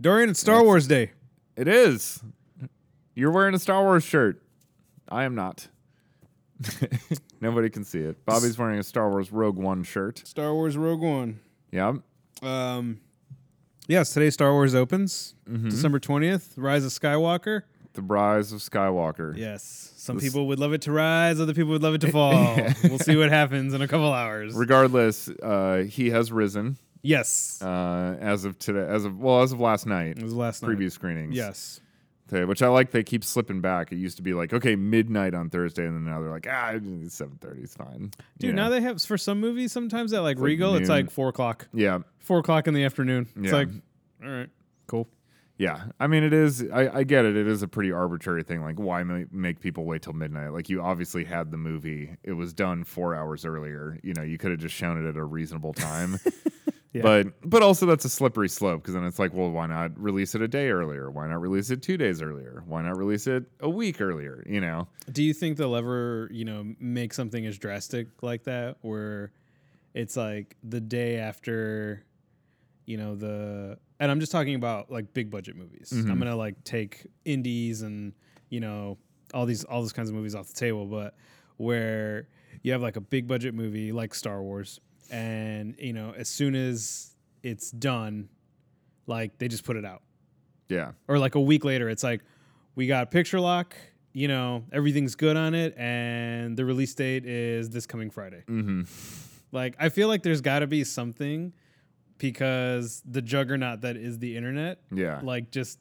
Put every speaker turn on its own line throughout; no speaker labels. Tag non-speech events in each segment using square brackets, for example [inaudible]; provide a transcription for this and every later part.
During Star Wars Day.
It is. You're wearing a Star Wars shirt. I am not. [laughs] Nobody can see it. Bobby's wearing a Star Wars Rogue One shirt.
Star Wars Rogue One.
Yep.
Um, yes, today Star Wars opens
Mm-hmm.
December 20th, Rise of Skywalker.
The Rise of Skywalker.
Yes. Some people would love it to rise, other people would love it to
[laughs]
fall. we'll see what happens in a couple hours.
Regardless, uh, he has risen
yes.
uh, as of today, as of well, as of last night,
it was last night.
preview screenings.
Yes.
today, which I like. They keep slipping back. It used to be like okay midnight on Thursday, and then now they're like ah seven thirty is fine.
Dude,
You know?
now they have, for some movies, sometimes at like
like
Regal, it's
noon.
like four o'clock.
yeah
Four o'clock in the afternoon. It's
Yeah.
like, all right, cool.
yeah. I mean, it is. I, I get it. It is a pretty arbitrary thing. Like why ma- make people wait till midnight? Like you obviously had the movie. It was done four hours earlier. You know, you could have just shown it at a reasonable time.
[laughs] Yeah.
But but also that's a slippery slope because then it's like, well, why not release it a day earlier? Why not release it two days earlier? Why not release it a week earlier? You know,
Do you think they'll ever, you know, make something as drastic like that where it's like the day after, you know, the and I'm just talking about like big budget movies. I'm gonna like take indies and, you know, all these all those kinds of movies off the table, but where you have like a big budget movie like Star Wars and, you know, as soon as it's done, like they just put it out
yeah.
or like a week later, it's like we got picture lock. You know, everything's good on it, and the release date is this coming Friday.
Mm-hmm.
Like, I feel like there's got to be something because the juggernaut that is the internet,
Yeah.
like, just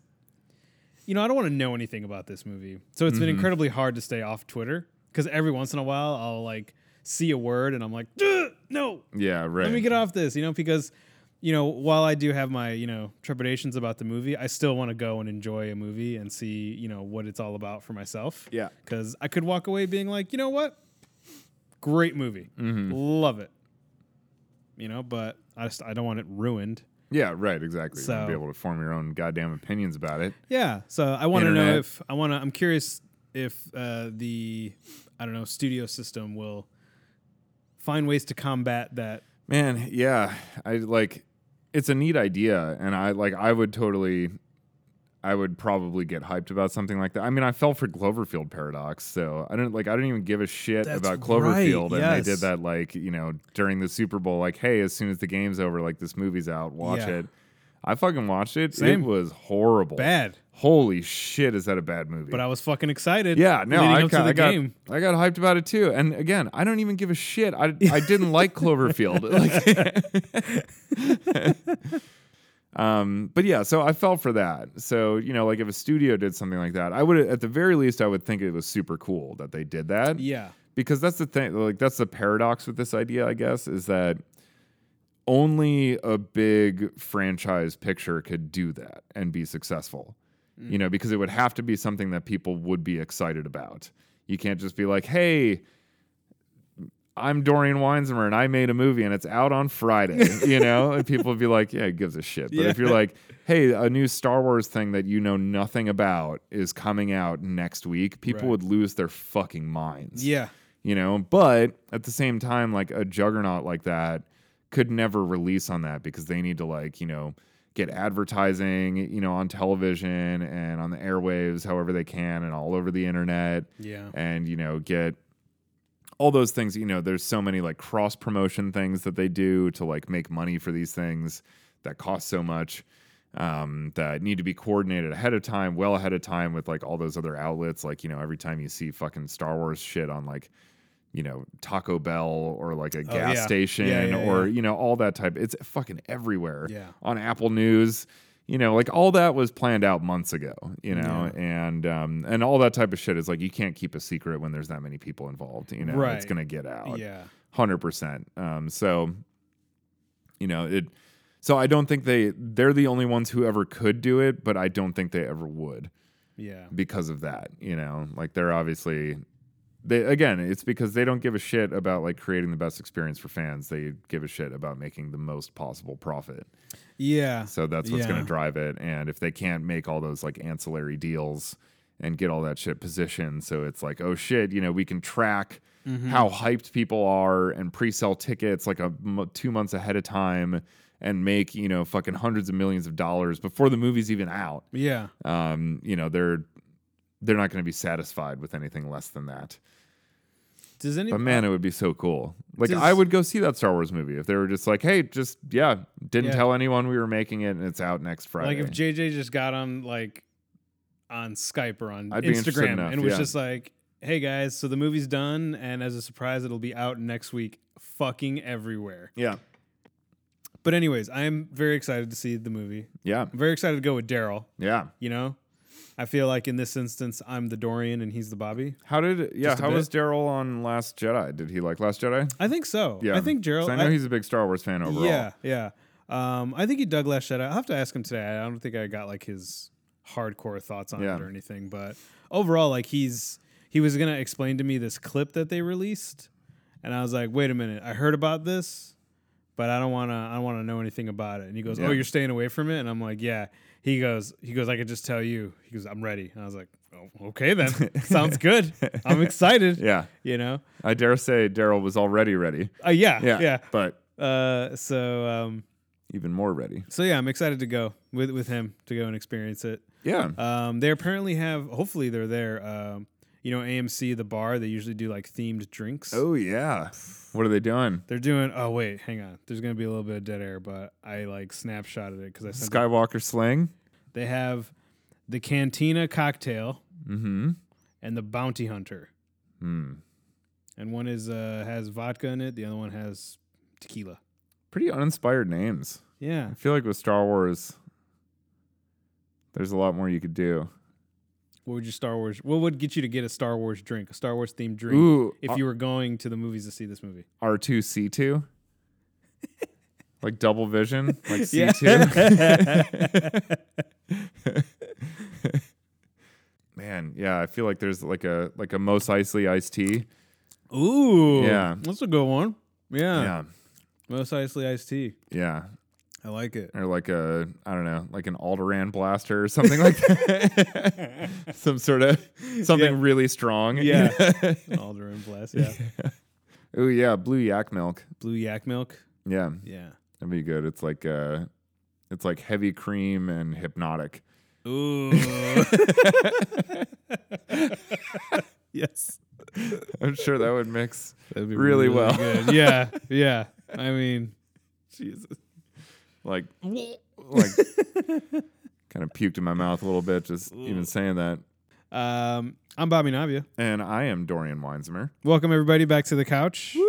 you know, I don't want to know anything about this movie, so it's been incredibly hard to stay off Twitter because every once in a while I'll like see a word and I'm like, "Ugh, no,
yeah. Right.
let me get off this, you know, because you know, while I do have my, you know, trepidations about the movie, I still want to go and enjoy a movie and see, you know, what it's all about for myself.
Yeah.
Cuz I could walk away being like, you know what? Great movie.
Mm-hmm.
Love it. You know, but I just I don't want it ruined.
Yeah, right, exactly. You wanna be
So-
able to form your own goddamn opinions about it.
Yeah. So I want to know
Internet.
if I want to. I'm curious if uh, the I don't know studio system will find ways to combat that.
Man, yeah, I like it's a neat idea and I like I would totally I would probably get hyped about something like that. I mean, I fell for Cloverfield paradox, so I didn't like I didn't even give a shit
That's
about
right,
Cloverfield and
yes.
they did that like, you know, during the Super Bowl like, hey, as soon as the game's over, like this movie's out, watch
Yeah.
it. I fucking watched it.
Same.
It was horrible.
Bad.
Holy shit, is that a bad movie?
But I was fucking excited.
Yeah, no,
leading
I,
up
ca-
to the
I got
game.
I got hyped about it too. And again, I don't even give a shit. I I
[laughs]
didn't like Cloverfield. Like- [laughs] um, but yeah, so I fell for that. So you know, like if a studio did something like that, I would at the very least I would think it was super cool that they did that
Yeah.
because that's the thing like that's the paradox with this idea i guess is that only a big franchise picture could do that and be successful
Mm.
you know because it would have to be something that people would be excited about you can't just be like hey I'm Dorian Weinzimmer and I made a movie and it's out
[laughs]
on Friday, you know? And people would be like, yeah, it gives a shit. But if
Yeah.
you're like, hey, a new Star Wars thing that you know nothing about is coming out next week, people
Right.
would lose their fucking minds
Yeah.
you know but at the same time like a juggernaut like that could never release on that because they need to like you know get advertising you know on television and on the airwaves however they can and all over the internet
Yeah.
and you know get all those things you know there's so many like cross promotion things that they do to like make money for these things that cost so much um, that need to be coordinated ahead of time well ahead of time with like all those other outlets like you know every time you see fucking star wars shit on like you know taco bell or like a gas
Oh, yeah.
station
Yeah, yeah,
or
yeah.
you know all that type it's fucking everywhere
Yeah.
on apple news you know like all that was planned out months ago you know and um and all that type of shit is like you can't keep a secret when there's that many people involved you know it's
Right.
gonna get out
Yeah.
100% um so you know it so i don't think they they're the only ones who ever could do it but i don't think they ever would
Yeah.
because of that you know like they're obviously they again it's because they don't give a shit about like creating the best experience for fans they give a shit about making the most possible profit
Yeah.
so that's what's going
Yeah.
to drive it. And if they can't make all those like ancillary deals and get all that shit positioned, so it's like, oh shit, you know, we can track
Hmm. Mm-hmm.
how hyped people are and pre-sell tickets like a mo- two months ahead of time. and make you know fucking hundreds of millions of dollars before the movie's even out,
Yeah.
um, you know they're they're not going to be satisfied with anything less than that.
Does any
But man, it would be so cool. Like
Does-
I would go see that Star Wars movie if they were just like, hey, just yeah, didn't
Yeah.
tell anyone we were making it and it's out next Friday.
like if JJ just got on like on Skype or on
I'd be interested
Instagram
enough,
and was
yeah.
just like, "Hey guys, so the movie's done, and as a surprise, it'll be out next week, fucking everywhere."
yeah,
But anyways, I'm very excited to see the movie.
yeah,
I'm very excited to go with Daryl.
yeah.
You know, I feel like in this instance, I'm the Dorian and he's the Bobby.
How did yeah?
Just a
How
bit.
was Daryl on Last Jedi? Did he like Last Jedi?
I think so.
Yeah,
I think
'Cause
Daryl.
I know he's a big Star Wars fan overall.
Yeah, yeah. Um, I think he dug Last Jedi. I'll have to ask him today. I don't think I got like his hardcore thoughts on
Yeah.
it or anything, but overall, like he's he was gonna explain to me this clip that they released, and I was like, wait a minute, I heard about this, but I don't wanna I don't wanna know anything about it. And he goes,
Yeah.
oh, you're staying away from it, and I'm like, yeah. He goes, he goes, I could just tell you. He goes, I'm ready, and I was like, oh, okay then,
[laughs]
sounds good. I'm excited.
yeah.
You know,
I dare say Daryl was already ready.
uh, yeah,
Yeah,
yeah.
but
Uh, so um,
even more ready.
So yeah, I'm excited to go with with him to go and experience it.
Yeah,
Um, they apparently have. Hopefully, they're there. Um, you know, AMC the bar. They usually do like themed drinks.
Oh yeah. What are they doing?
They're doing. Oh wait, hang on. There's gonna be a little bit of dead air, but I like snapshotted it because I sent. it.
Skywalker slang.
They have the Cantina cocktail
Mm-hmm.
and the Bounty Hunter,
Hmm.
and one is uh, has vodka in it. The other one has tequila.
Pretty uninspired names.
Yeah,
I feel like with Star Wars, there's a lot more you could do.
what would your Star Wars? What would get you to get a Star Wars drink, a Star Wars themed drink,
Ooh, uh,
if you were going to the movies to see this movie?
R two C
[laughs]
two. Like double vision, like C
Yeah.
two. [laughs]
[laughs]
Man, yeah, I feel like there's like a like a most Eisley iced tea.
Ooh.
Yeah.
That's a good one. Yeah.
Yeah,
Most Eisley iced tea.
yeah,
I like
[laughs]
it.
or like a I don't know, like an Alderan blaster or something
[laughs]
like that. Some sort of something
Yeah.
really strong. [laughs]
Yeah. Alderman bless. Yeah.
Oh yeah, blue yak milk.
Blue yak milk.
Yeah,
Yeah.
that'd be good. It's like uh, it's like heavy cream and hypnotic. [laughs]
Ooh. yes.
I'm sure that would mix.
That'd be
Really well.
good. Yeah. Yeah. I mean,
Jesus. Like, like,
[laughs]
kind of puked in my mouth a little bit just even saying that.
um, I'm Bobby Navia.
And I am Dorian Weinsmer.
Welcome everybody back to the couch.
Woo!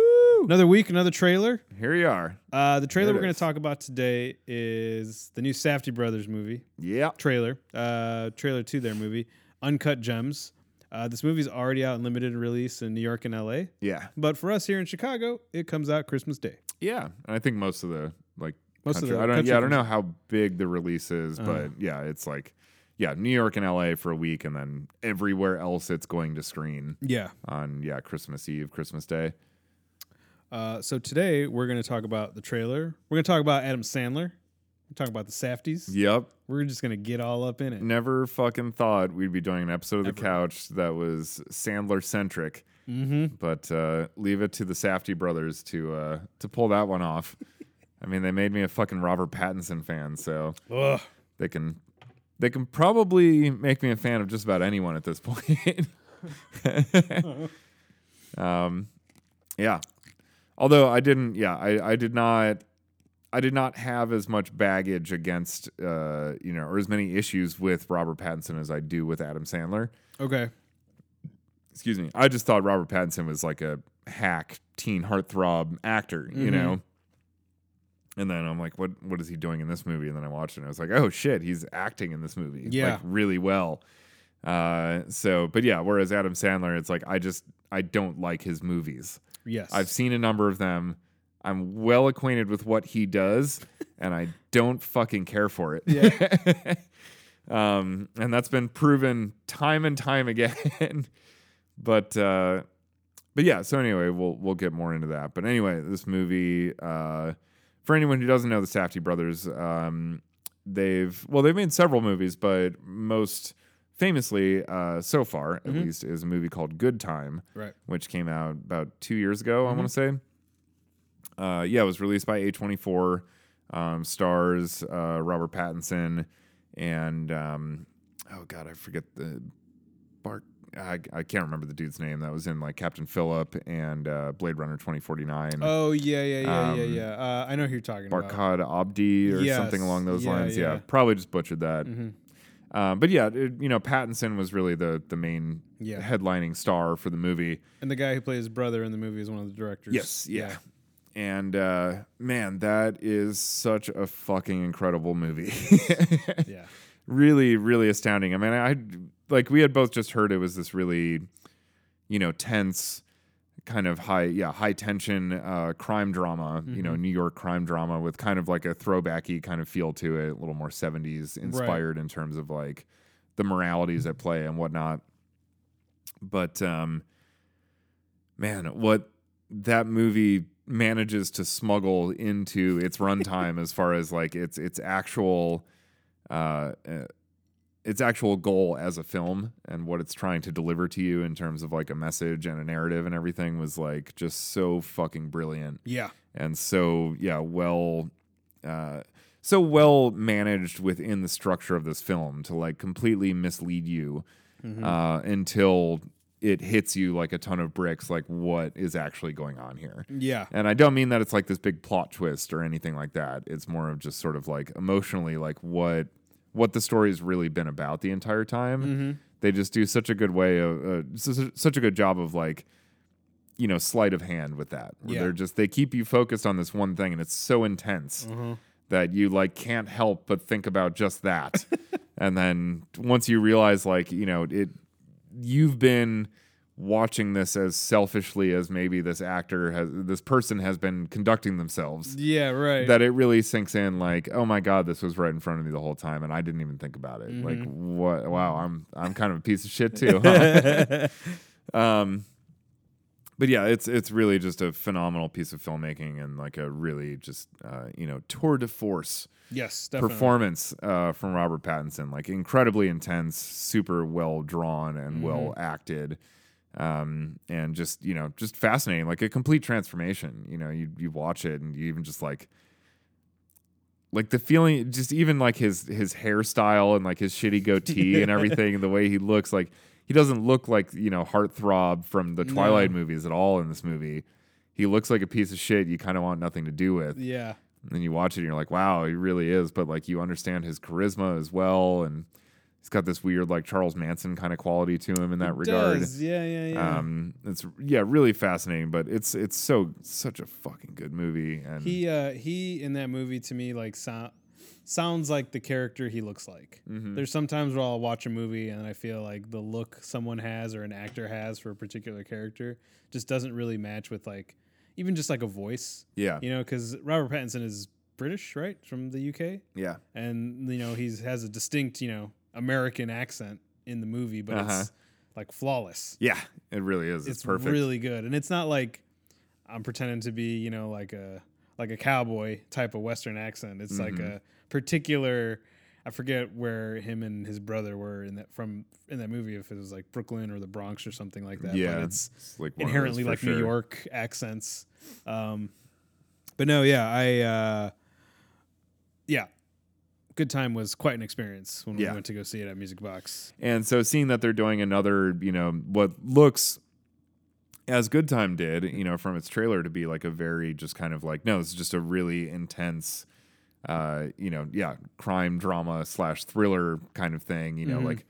Another week, another trailer.
Here you are.
Uh, the trailer
There it
we're going
is.
to talk about today is the new Safety Brothers movie.
Yeah.
trailer, uh, trailer to their movie, Uncut Gems. Uh, this movie's already out in limited release in New York and LA,
Yeah.
but for us here in Chicago, it comes out Christmas Day.
Yeah. And I think most of the like
Most of
country-
the
I don't
country
yeah, I don't
comes-
know how big the release is,
Uh-huh.
but yeah, it's like yeah, New York and LA for a week and then everywhere else it's going to screen
Yeah.
on yeah, Christmas Eve, Christmas Day.
Uh, so today we're going to talk about the trailer. We're going to talk about Adam Sandler. We're talking about the Safties.
Yep.
We're just going to get all up in it.
Never fucking thought we'd be doing an episode of the couch that was Sandler centric.
Mm-hmm.
but uh, leave it to the Safety brothers to uh, to pull that one off. I mean, they made me a fucking Robert Pattinson fan, so
Ugh.
they can they can probably make me a fan of just about anyone at this [laughs] point. um, yeah. Although I didn't, yeah, I, I did not. I did not have as much baggage against, uh, you know, or as many issues with Robert Pattinson as I do with Adam Sandler
Okay.
excuse me. I just thought Robert Pattinson was like a hack teen heartthrob actor, you
Mhm.
know. And then I'm like, what what is he doing in this movie? And then I watched it and I was like, oh shit, he's acting in this movie.
Yeah.
Like really well. Uh so but yeah, whereas Adam Sandler, it's like I just I don't like his movies.
Yes.
I've seen a number of them. I'm well acquainted with what he does, and I don't fucking care for it. [laughs] um, and that's been proven time and time again. [laughs] but uh, but yeah. So anyway, we'll we'll get more into that. But anyway, this movie. Uh, for anyone who doesn't know the Safety brothers, um, they've well they've made several movies, but most famously uh, so far at least is a movie called Good Time
right.
which came out
Mm-hmm.
about two years ago, I want to say. Uh, yeah, it was released by A24. um, stars uh, Robert Pattinson and um, oh god, I forget the Bark. I, I can't remember the dude's name that was in like Captain Phillip and uh, Blade Runner 2049.
Oh yeah, yeah, yeah, yeah,
Um,
yeah. Uh, I know who you're talking about.
Barkhad Abdi or
Yes,
something along those
yeah,
lines. Yeah.
yeah.
probably just butchered that.
Mhm.
Um, but yeah, it, you know, Pattinson was really the the main
Yeah.
headlining star for the movie.
And the guy who plays his brother in the movie is one of the directors.
Yes, yeah. And uh, man, that is such a fucking incredible movie. [laughs]
yeah.
really, really astounding. I mean, I like we had both just heard it was this really, you know, tense kind of high, yeah, high tension uh, crime drama. You know, New York crime drama with kind of like a throwbacky kind of feel to it, a little more '70s inspired in terms of like the moralities at play and whatnot. But um, man, what that movie manages to smuggle into its runtime as far as like its its actual uh, uh, its actual goal as a film and what it's trying to deliver to you in terms of like a message and a narrative and everything was like just so fucking brilliant
Yeah.
and so yeah well uh, so well managed within the structure of this film to like completely mislead you uh, until it hits you like a ton of bricks like what is actually going on here [laughs]
Yeah.
and I don't mean that it's like this big plot twist or anything like that. It's more of just sort of like emotionally like what what the story's really been about the entire time.
Mm-hmm.
They just do such a good way of uh, su- such a good job of like you know sleight of hand with that. Where
Yeah.
They're just they keep you focused on this one thing and it's so intense
Mm-hmm.
that you like can't help but think about
[laughs]
just that. and then once you realize like, you know, it you've been watching this as selfishly as maybe this actor has this person has been conducting themselves
Yeah. Right.
that it really sinks in like oh my god this was right in front of me the whole time and i didn't even think about it like what wow i'm i'm kind of a piece of shit too huh? [laughs] um but yeah it's it's really just a phenomenal piece of filmmaking and like a really just uh you know tour de force
yes. Definitely.
performance uh, from Robert Pattinson, like incredibly intense, super well drawn and well acted, um, and just you know just fascinating, like a complete transformation. You know, you you watch it and you even just like like the feeling, just even like his his hairstyle and like his shitty goatee and everything, the way he looks, like he doesn't look like you know heartthrob from the Twilight movies at all in this movie. He looks like a piece of shit you kind of want nothing to do with.
Yeah.
And then you watch it and you're like, wow, he really is. But like you understand his charisma as well. And he's got this weird, like Charles Manson kind of quality to him in that regard.
Does. Yeah. Yeah. Yeah.
Um, it's yeah, really fascinating, but it's it's so such a fucking good movie. And
he uh he in that movie to me like sound sounds like the character he looks like.
Mm. mm-hmm.
There's sometimes where I'll watch a movie and I feel like the look someone has or an actor has for a particular character just doesn't really match with like even just like a voice.
yeah,
You know, because Robert Pattinson is British, right, from the UK,
yeah,
and you know he's has a distinct you know American accent in the movie, but
Uh-huh.
it's like flawless.
yeah, it really is. It's,
It's
perfect.
really good, and it's not like I'm pretending to be you know like a like a cowboy type of Western accent. It's like
Mm-hmm.
a particular. I forget where him and his brother were in that from in that movie if it was like Brooklyn or the Bronx or something like that.
yeah,
but it's
like one of those
inherently
for
like New
sure.
York accents. Um, but no, yeah, I, uh, yeah, Good Time was quite an experience when
Yeah.
we went to go see it at Music Box.
And so seeing that they're doing another, you know, what looks as Good Time did, you know, from its trailer to be like a very just kind of like, no, it's just a really intense, uh, you know, yeah, crime drama slash thriller kind of thing, you know,
Mm-hmm.
like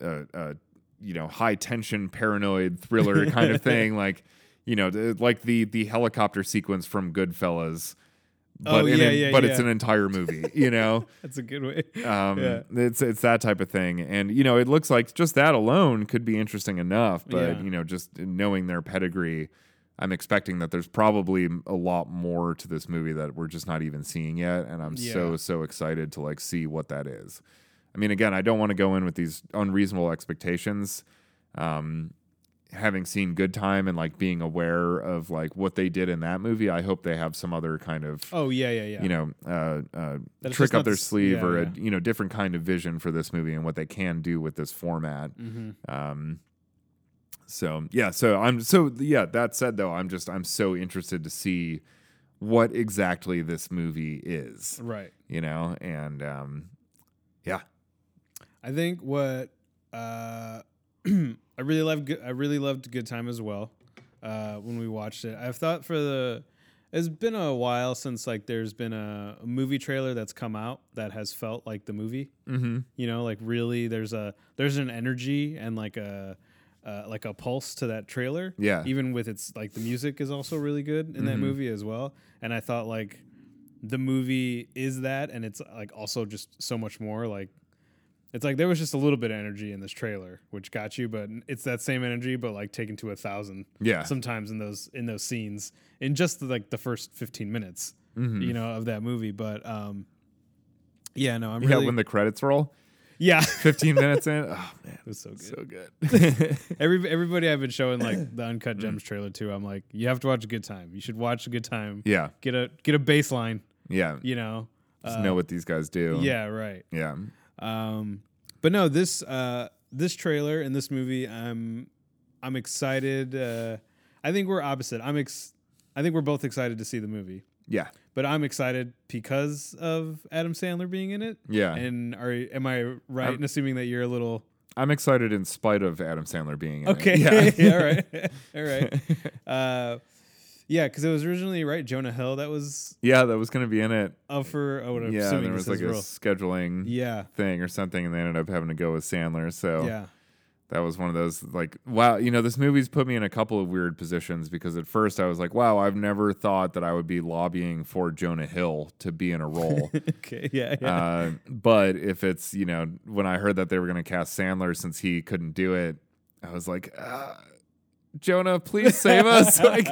uh, uh, you know, high tension paranoid
[laughs]
thriller kind of thing, like, you know, th- like the the helicopter sequence from Goodfellas. But
Oh,
in
yeah,
an-
yeah,
but it's
yeah.
an entire movie, you know.
That's a good way.
Um,
Yeah.
It's it's that type of thing, and you know, it looks like just that alone could be interesting enough. But
Yeah.
you know, just knowing their pedigree, I'm expecting that there's probably a lot more to this movie that we're just not even seeing yet, and I'm so
Yeah.
so excited to like see what that is. I mean, again, I don't want to go in with these unreasonable expectations. Um, having seen Good Time and like being aware of like what they did in that movie, I hope they have some other kind of
oh yeah, yeah, yeah.
you know, uh, uh,
it's
trick
just
up
not
their
the s-
sleeve
yeah,
or a
yeah.
you know different kind of vision for this movie and what they can do with this format.
mm-hmm.
Um, so yeah, so I'm so yeah. That said, though, I'm just I'm so interested to see what exactly this movie is,
Right.
you know? And um, yeah,
I think what uh, [clears throat] I really loved, Good- I really loved Good Time as well. Uh, when we watched it, I've thought for the. It's been a while since like there's been a, a movie trailer that's come out that has felt like the movie.
mm-hmm.
You know, like really, there's a there's an energy and like a uh, like a pulse to that trailer.
Yeah. Mm-hmm.
Even with its like the music is also really good in that movie as well. And I thought like the movie is that, and it's like also just so much more. Like it's like there was just a little bit of energy in this trailer, which got you, but it's that same energy, but like taken to a thousand
yeah,
sometimes in those in those scenes in just like the first fifteen minutes,
Mhm.
you know, of that movie. But um, yeah, no, I'm
yeah.
really
When the credits roll,
yeah. [laughs]
15 minutes in. Oh man,
It was so good.
so good. [laughs]
[laughs]
Mm.
Every everybody I've been showing like
[clears throat]
the Uncut Gems trailer to, I'm like, you have to watch a good time. You should watch a good time.
yeah,
Get a get a baseline.
yeah.
You know.
Just
Uh,
know what these guys do.
Yeah. Right.
yeah.
Um. But no, this uh this trailer and this movie, I'm I'm excited. Uh, I think we're opposite. I'm ex. I think we're both excited to see the movie,
Yeah.
but I'm excited because of Adam Sandler being in it.
Yeah.
And are am I right
I'm-
in assuming that you're a little
I'm excited in spite of Adam Sandler being in it.
Okay. [laughs]
Yeah.
all right. All right. Uh, yeah, because it was originally right Jonah Hill that was
[laughs] yeah, that was going to be in it.
up for. Oh, what I'm
yeah,
assuming
there
this
was
is
like a
real.
scheduling
Yeah.
thing or something, and they ended up having to go with Sandler. So
Yeah. [laughs]
that was one of those like, wow, you know, this movie's put me in a couple of weird positions because at first I was like, wow, I've never thought that I would be lobbying for Jonah Hill to be in a role.
okay. Yeah. Yeah.
uh, but if it's you know when I heard that they were going to cast Sandler since he couldn't do it, I was like, uh, Jonah, please save us! [laughs] like,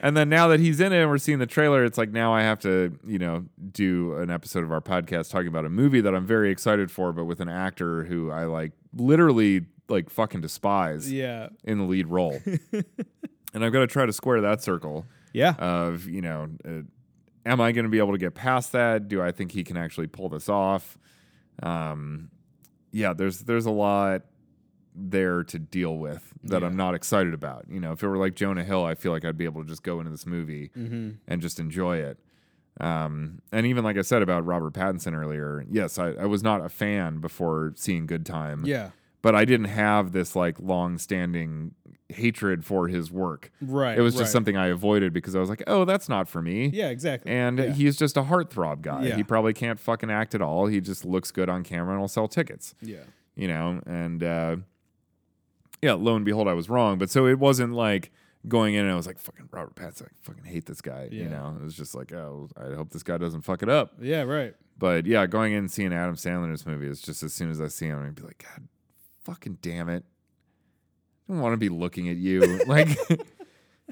and then now that he's in it and we're seeing the trailer, it's like now I have to you know do an episode of our podcast talking about a movie that I'm very excited for, but with an actor who I like literally like fucking despise
yeah.
in the
[laughs]
lead role, and I've got to try to square that circle
Yeah.
of you know uh, am i going to be able to get past that do i think he can actually pull this off um yeah there's there's a lot there to deal with that
Yeah.
i'm not excited about you know if it were like jonah hill i feel like i'd be able to just go into this movie
mm-hmm.
and just enjoy it um and even like i said about robert pattinson earlier yes i, I was not a fan before seeing good time
Yeah.
but i didn't have this like long-standing hatred for his work
Right.
it was just
right.
something I avoided because I was like, oh, that's not for me.
Yeah. Exactly.
And
yeah.
he's just a heartthrob guy.
Yeah.
He probably can't fucking act at all. He just looks good on camera and will sell tickets,
yeah.
you know? And uh, yeah, lo and behold, I was wrong. But so it wasn't like going in and I was like, fucking Robert Pattinson, I fucking hate this guy, you
Yeah.
know? It was just like, oh, I hope this guy doesn't fuck it up.
Yeah. Right.
But yeah, going in and seeing Adam Sandler in this movie is just as soon as I see him, I'm gonna be like, God, fucking damn it. I don't want to be looking at you. [laughs] like,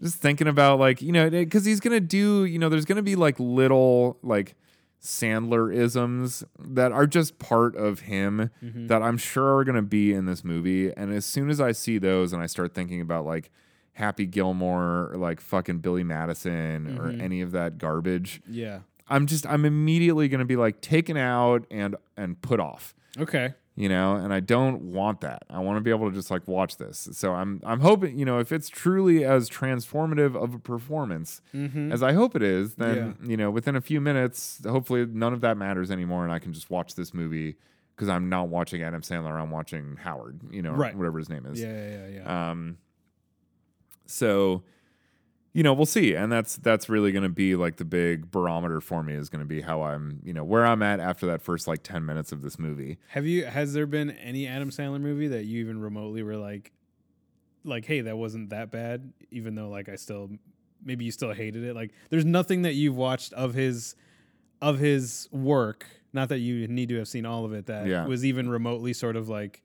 just thinking about, like, you know, because he's going to do, you know, there's going to be like little, like, Sandler isms that are just part of him that I'm sure are going to be in this movie. And as soon as I see those and I start thinking about, like, Happy Gilmore or like fucking Billy Madison or any of that garbage,
Yeah.
I'm just I'm immediately going to be like taken out and and put off,
Okay.
you know, and I don't want that. I want to be able to just like watch this. So I'm I'm hoping, you know, if it's truly as transformative of a performance
Mm-hmm.
as I hope it is, then you know, within a few minutes, hopefully none of that matters anymore and I can just watch this movie because I'm not watching Adam Sandler, I'm watching Howard, you know, or
Right.
whatever his name is.
Yeah. Yeah. Yeah.
Um, so, you know, we'll see, and that's that's really going to be like the big barometer for me is going to be how I'm, you know, where I'm at after that first like ten minutes of this movie.
Have you? Has there been any Adam Sandler movie that you even remotely were like, like, hey, that wasn't that bad, even though like I still, maybe you still hated it. Like, there's nothing that you've watched of his, of his work. Not that you need to have seen all of it. That
Yeah.
was even remotely sort of like,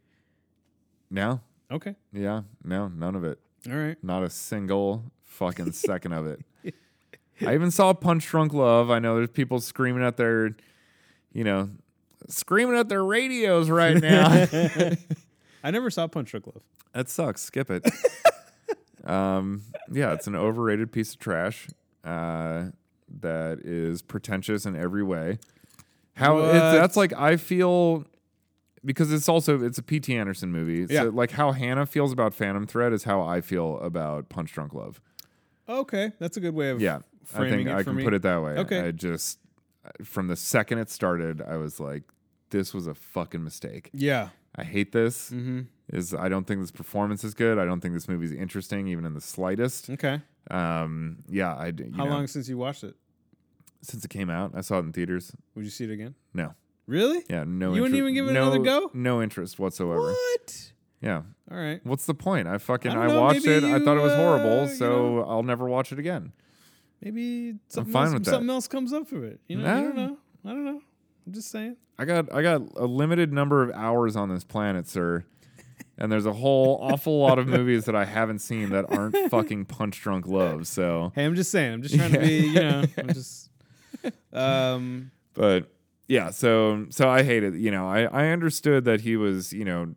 No,
okay,
yeah, no, none of it,
all right,
not a single fucking [laughs] second of it. I even saw Punch Drunk Love. I know there's people screaming at their, you know, screaming at their radios right now.
I never saw Punch Drunk Love.
That sucks.
[laughs]
Skip it. um, yeah, it's an overrated piece of trash uh, that is pretentious in every way. How it's,
What?
that's like I feel because it's also it's a P.T. Anderson movie.
Yeah.
So like how Hannah feels about Phantom Thread is how I feel about Punch Drunk Love.
Okay, that's a good way of
Yeah. I
framing
think I
it for
can
me.
put it that way.
Okay.
I just from the second it started, I was like, this was a fucking mistake.
Yeah.
I hate this.
Mm-hmm.
Is I don't think this performance is good. I don't think this movie's interesting, even in the slightest.
Okay.
Um, yeah, I d- you
How
know,
long since you watched it?
since it came out? I saw it in theaters.
Would you see it again?
No,
Really?
yeah, no.
You wouldn't
inter-
even give it
no-
another go?
No interest whatsoever.
What?
Yeah.
All right.
What's the point? I fucking
I
I,
don't know,
watched it.
maybe
I thought it was
you,
horrible,
uh, you
so I'll never watch it again.
Maybe something,
fine
else,
with that.
something else comes up of it. You know, I don't
Nah.
know. I don't know. I'm just saying.
I got I got a limited number of hours on this planet, sir. And there's a whole awful lot
[laughs]
of movies that I haven't seen that aren't fucking punch drunk love. So,
Hey, I'm just saying. I'm just trying to [laughs] be, you know, I'm just. [laughs] Um,
but yeah, so so I hate it. You know, I I understood that he was, you know,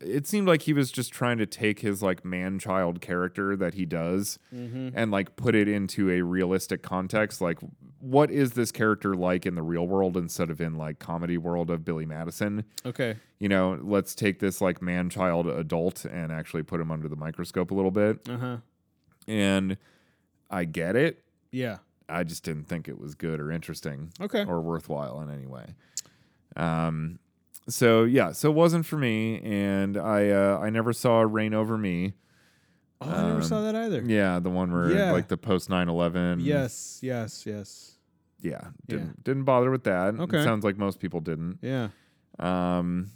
it seemed like he was just trying to take his like man child character that he does
Mm-hmm.
and like put it into a realistic context. Like, what is this character like in the real world instead of in like comedy world of Billy Madison?
okay.
you know, let's take this like man child adult and actually put him under the microscope a little bit.
Uh huh.
And I get it.
Yeah.
I just didn't think it was good or interesting
Okay.
or worthwhile in any way. Um, so yeah, so it wasn't for me, and I uh, I never saw Rain Over Me.
Oh, I never
Um,
saw that either.
Yeah, the one where
Yeah.
like the post 9-11.
Yes. Yes. Yes.
yeah, didn't didn't bother with that.
Okay.
it sounds like most people didn't.
Yeah.
Um,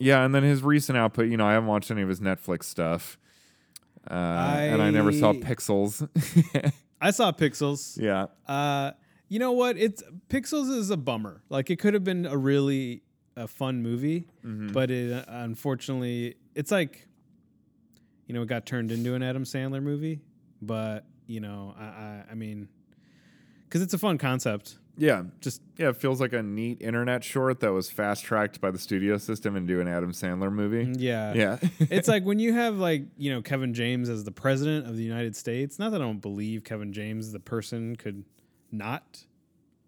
yeah, and then his recent output, you know, I haven't watched any of his Netflix stuff. Uh, and I never saw
I-
Pixels. [laughs]
I saw Pixels.
yeah.
Uh, you know what? It's Pixels is a bummer. Like it could have been a really a fun movie,
Mm-hmm.
but it uh, unfortunately it's like you know it got turned into an Adam Sandler movie. But you know, I I, I mean, because it's a fun concept.
Yeah.
Just
Yeah, it feels like a neat internet short that was fast tracked by the studio system into an Adam Sandler movie.
yeah,
Mm-hmm. Yeah. [laughs]
it's like when you have like you know Kevin James as the president of the United States. Not that I don't believe Kevin James the person could not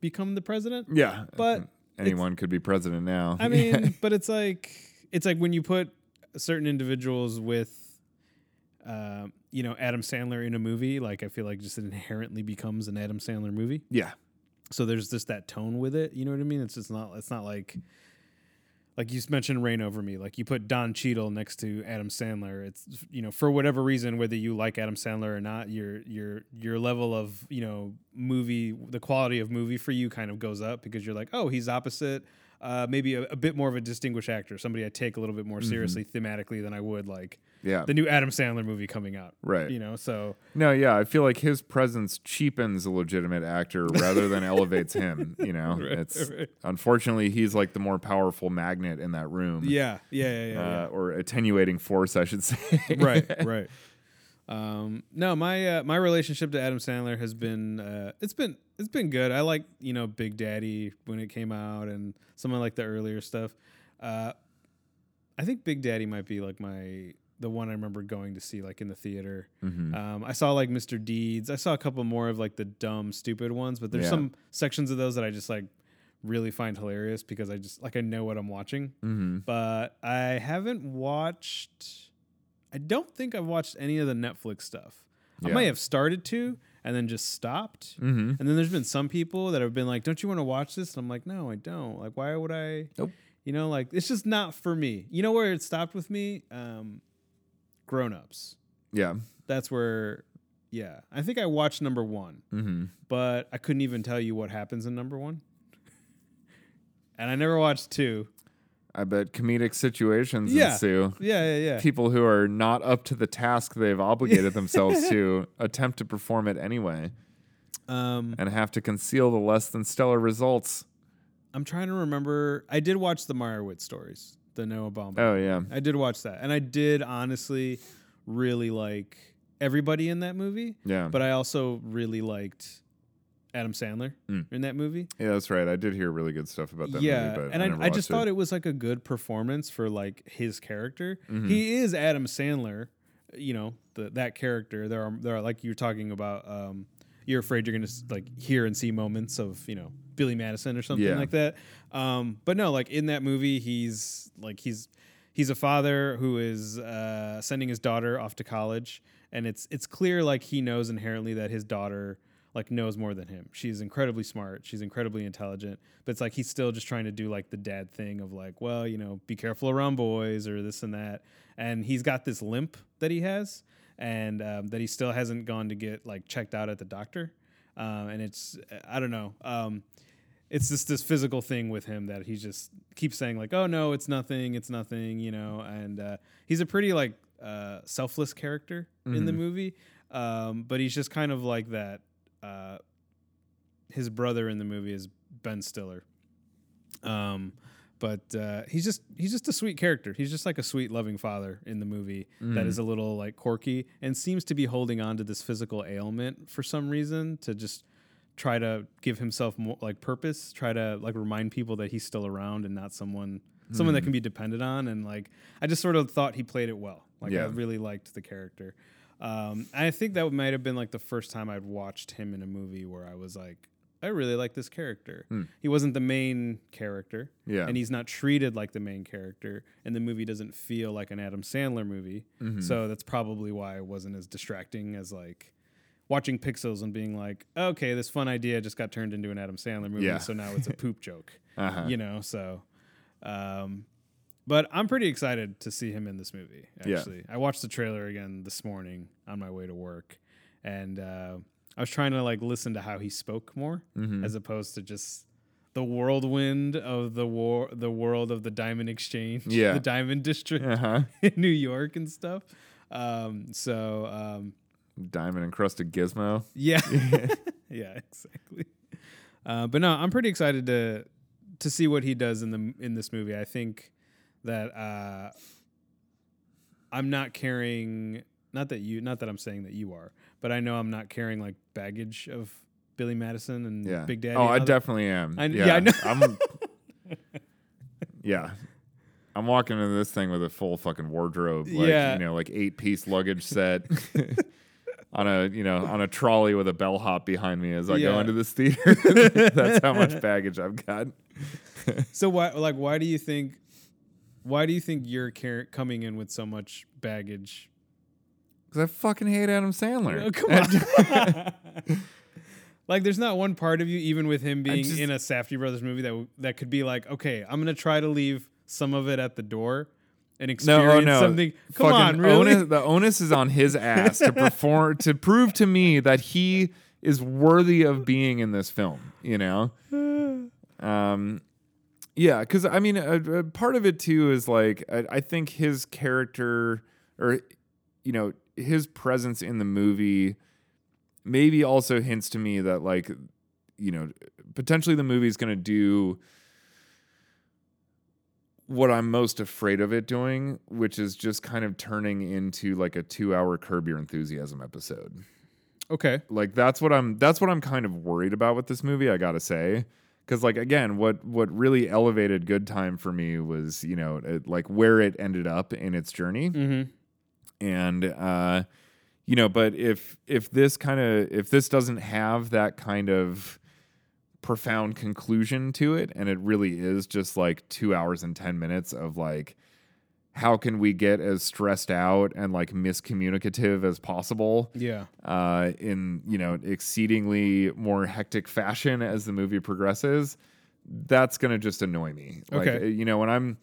become the president.
yeah.
But
anyone could be president now. [laughs]
I mean, but it's like it's like when you put certain individuals with, uh, you know, Adam Sandler in a movie. Like I feel like just it inherently becomes an Adam Sandler movie.
yeah.
So there's just that tone with it. You know what I mean? It's just not. It's not like. Like you mentioned, Rain Over Me. Like you put Don Cheadle next to Adam Sandler. It's you know for whatever reason, whether you like Adam Sandler or not, your your your level of you know movie, the quality of movie for you kind of goes up because you're like, oh, he's opposite, uh, maybe a, a bit more of a distinguished actor, somebody I take a little bit more seriously thematically than I would like
Mm-hmm. Yeah.
the new Adam Sandler movie coming out.
Right.
You know, so
No, yeah, I feel like his presence cheapens a
[laughs]
legitimate actor rather than elevates him. You know, it's
right.
unfortunately he's like the more powerful magnet in that room.
yeah, yeah, yeah, yeah. yeah.
uh, or attenuating force, I
[laughs]
should say. [laughs]
right, right. Um, no, my uh, my relationship to Adam Sandler has been uh, it's been it's been good. I like you know Big Daddy when it came out and some of like the earlier stuff. Uh, I think Big Daddy might be like my the one I remember going to see like in the theater.
Mm-hmm.
Um, I saw like Mr. Deeds. I saw a couple more of like the dumb, stupid ones, but there's
Yeah.
some sections of those that I just like really find hilarious because I just like I know what I'm watching
hmm
but I haven't watched. I don't think I've watched any of the Netflix stuff. I
Yeah.
may have started to and then just stopped.
hmm
And then there's been some people that have been like, "Don't you want to watch this?" And I'm like, "No, I don't. Like, why would I?"
Nope.
You know, like it's just not for me. You know where it stopped with me? Um, grown ups.
Yeah.
That's where. Yeah, I think I watched number one,
hmm
but I couldn't even tell you what happens in number one. and I never watched two.
I bet comedic situations
Yeah.
ensue.
Yeah, yeah, yeah.
People who are not up to the task they've
[laughs]
obligated themselves to attempt to perform it anyway
Um,
and have to conceal the less than stellar results.
I'm trying to remember. I did watch the Meyerowitz stories, the Noah Baumbach.
Oh, yeah.
I did watch that, and I did honestly really like everybody in that movie.
Yeah.
But I also really liked Adam Sandler
Mm.
in that movie.
yeah, that's right. I did hear really good stuff about that
yeah,
movie, but
and
I,
I,
never
I, just
watched
thought it was like a good performance for like his character.
Mhm.
He is Adam Sandler, you know, the, that character. There are there are like you're talking about. Um, you're afraid you're gonna s- like hear and see moments of you know Billy Madison or something
Yeah.
like that. Um, but no, like in that movie, he's like he's he's a father who is uh, sending his daughter off to college, and it's it's clear like he knows inherently that his daughter like knows more than him. She's incredibly smart. She's incredibly intelligent. But it's like he's still just trying to do like the dad thing of like, well, you know, be careful around boys or this and that. And he's got this limp that he has, and um, that he still hasn't gone to get like checked out at the doctor. Um, and it's I don't know. Um, it's just this physical thing with him that he just keeps saying like, oh no, it's nothing, it's nothing, you know. And uh, he's a pretty like uh, selfless character in the
Mhm.
movie, um, but he's just kind of like that. Uh, his brother in the movie is Ben Stiller, um, but uh, he's just he's just a sweet character. He's just like a sweet, loving father in the movie that is a little like quirky and seems to be holding on to this physical ailment for some reason to just try to give himself more like purpose try to like remind people that he's still around and not someone someone that can be depended on and like i just sort of thought he played it well like i
Yeah.
really liked the character um i think that might have been like the first time i'd watched him in a movie where i was like i really like this character he wasn't the main character
Hmm. Yeah.
and he's not treated like the main character and the movie doesn't feel like an adam sandler movie
Mm-hmm.
so that's probably why it wasn't as distracting as like watching pixels and being like okay this fun idea just got turned into an adam sandler movie
Yeah.
so now it's a
[laughs]
poop joke
Uh-huh.
you know so um but i'm pretty excited to see him in this movie
Yeah.
actually i watched the trailer again this morning on my way to work and uh, i was trying to like listen to how he spoke more
Mm-hmm.
as opposed to just the whirlwind of the war the world of the diamond exchange
Yeah.
[laughs] the diamond district
Uh-huh.
in new york and stuff um so um
Diamond encrusted gizmo. [laughs]
yeah. [laughs] yeah, exactly. Uh, but no, I'm pretty excited to to see what he does in the in this movie. I think that uh, I'm not carrying not that you not that I'm saying that you are, but I know I'm not carrying like baggage of Billy Madison and
Yeah.
Big Daddy.
Oh,
and
I
all that.
definitely am.
I-
yeah,
yeah, I know.
I'm, [laughs] yeah. I'm walking into this thing with a full fucking wardrobe, like
Yeah.
you know, like eight
[laughs]
piece luggage set on a you know on a trolley with a bellhop behind me as I go
Yeah. [laughs]
into this theater. [laughs] That's how much baggage I've got.
So why like why do you think why do you think you're car- coming in with so much baggage?
Because I fucking hate Adam [laughs] Sandler.
Oh, come on. [laughs] like, there's not one part of you, even with him being
just-
in a Safety Brothers movie, that w- that could be like, okay, I'm gonna try to leave some of it at the door and
No,
experience
oh no!
something. Come on,
Fucking
really?
Onus, the onus is on his
[laughs]
ass to perform to prove to me that he is worthy of being in this film. You know, um, yeah, because I mean, a, a part of it too is like I, I think his character or you know his presence in the movie maybe also hints to me that like you know potentially the movie's going to do what I'm most afraid of it doing, which is just kind of turning into like a 2-hour curb your enthusiasm episode.
Okay,
Like that's what I'm that's what I'm kind of worried about with this movie, I got to say. Cuz like again, what what really elevated Good Time for me was, you know, it, like where it ended up in its journey
mm-hmm.
and uh you know but if if this kind of if this doesn't have that kind of profound conclusion to it and it really is just like 2 hours and 10 minutes of like how can we get as stressed out and like miscommunicative as possible
yeah,
uh, in you know exceedingly more hectic fashion as the movie progresses that's going to just annoy me like
Okay.
you know when i'm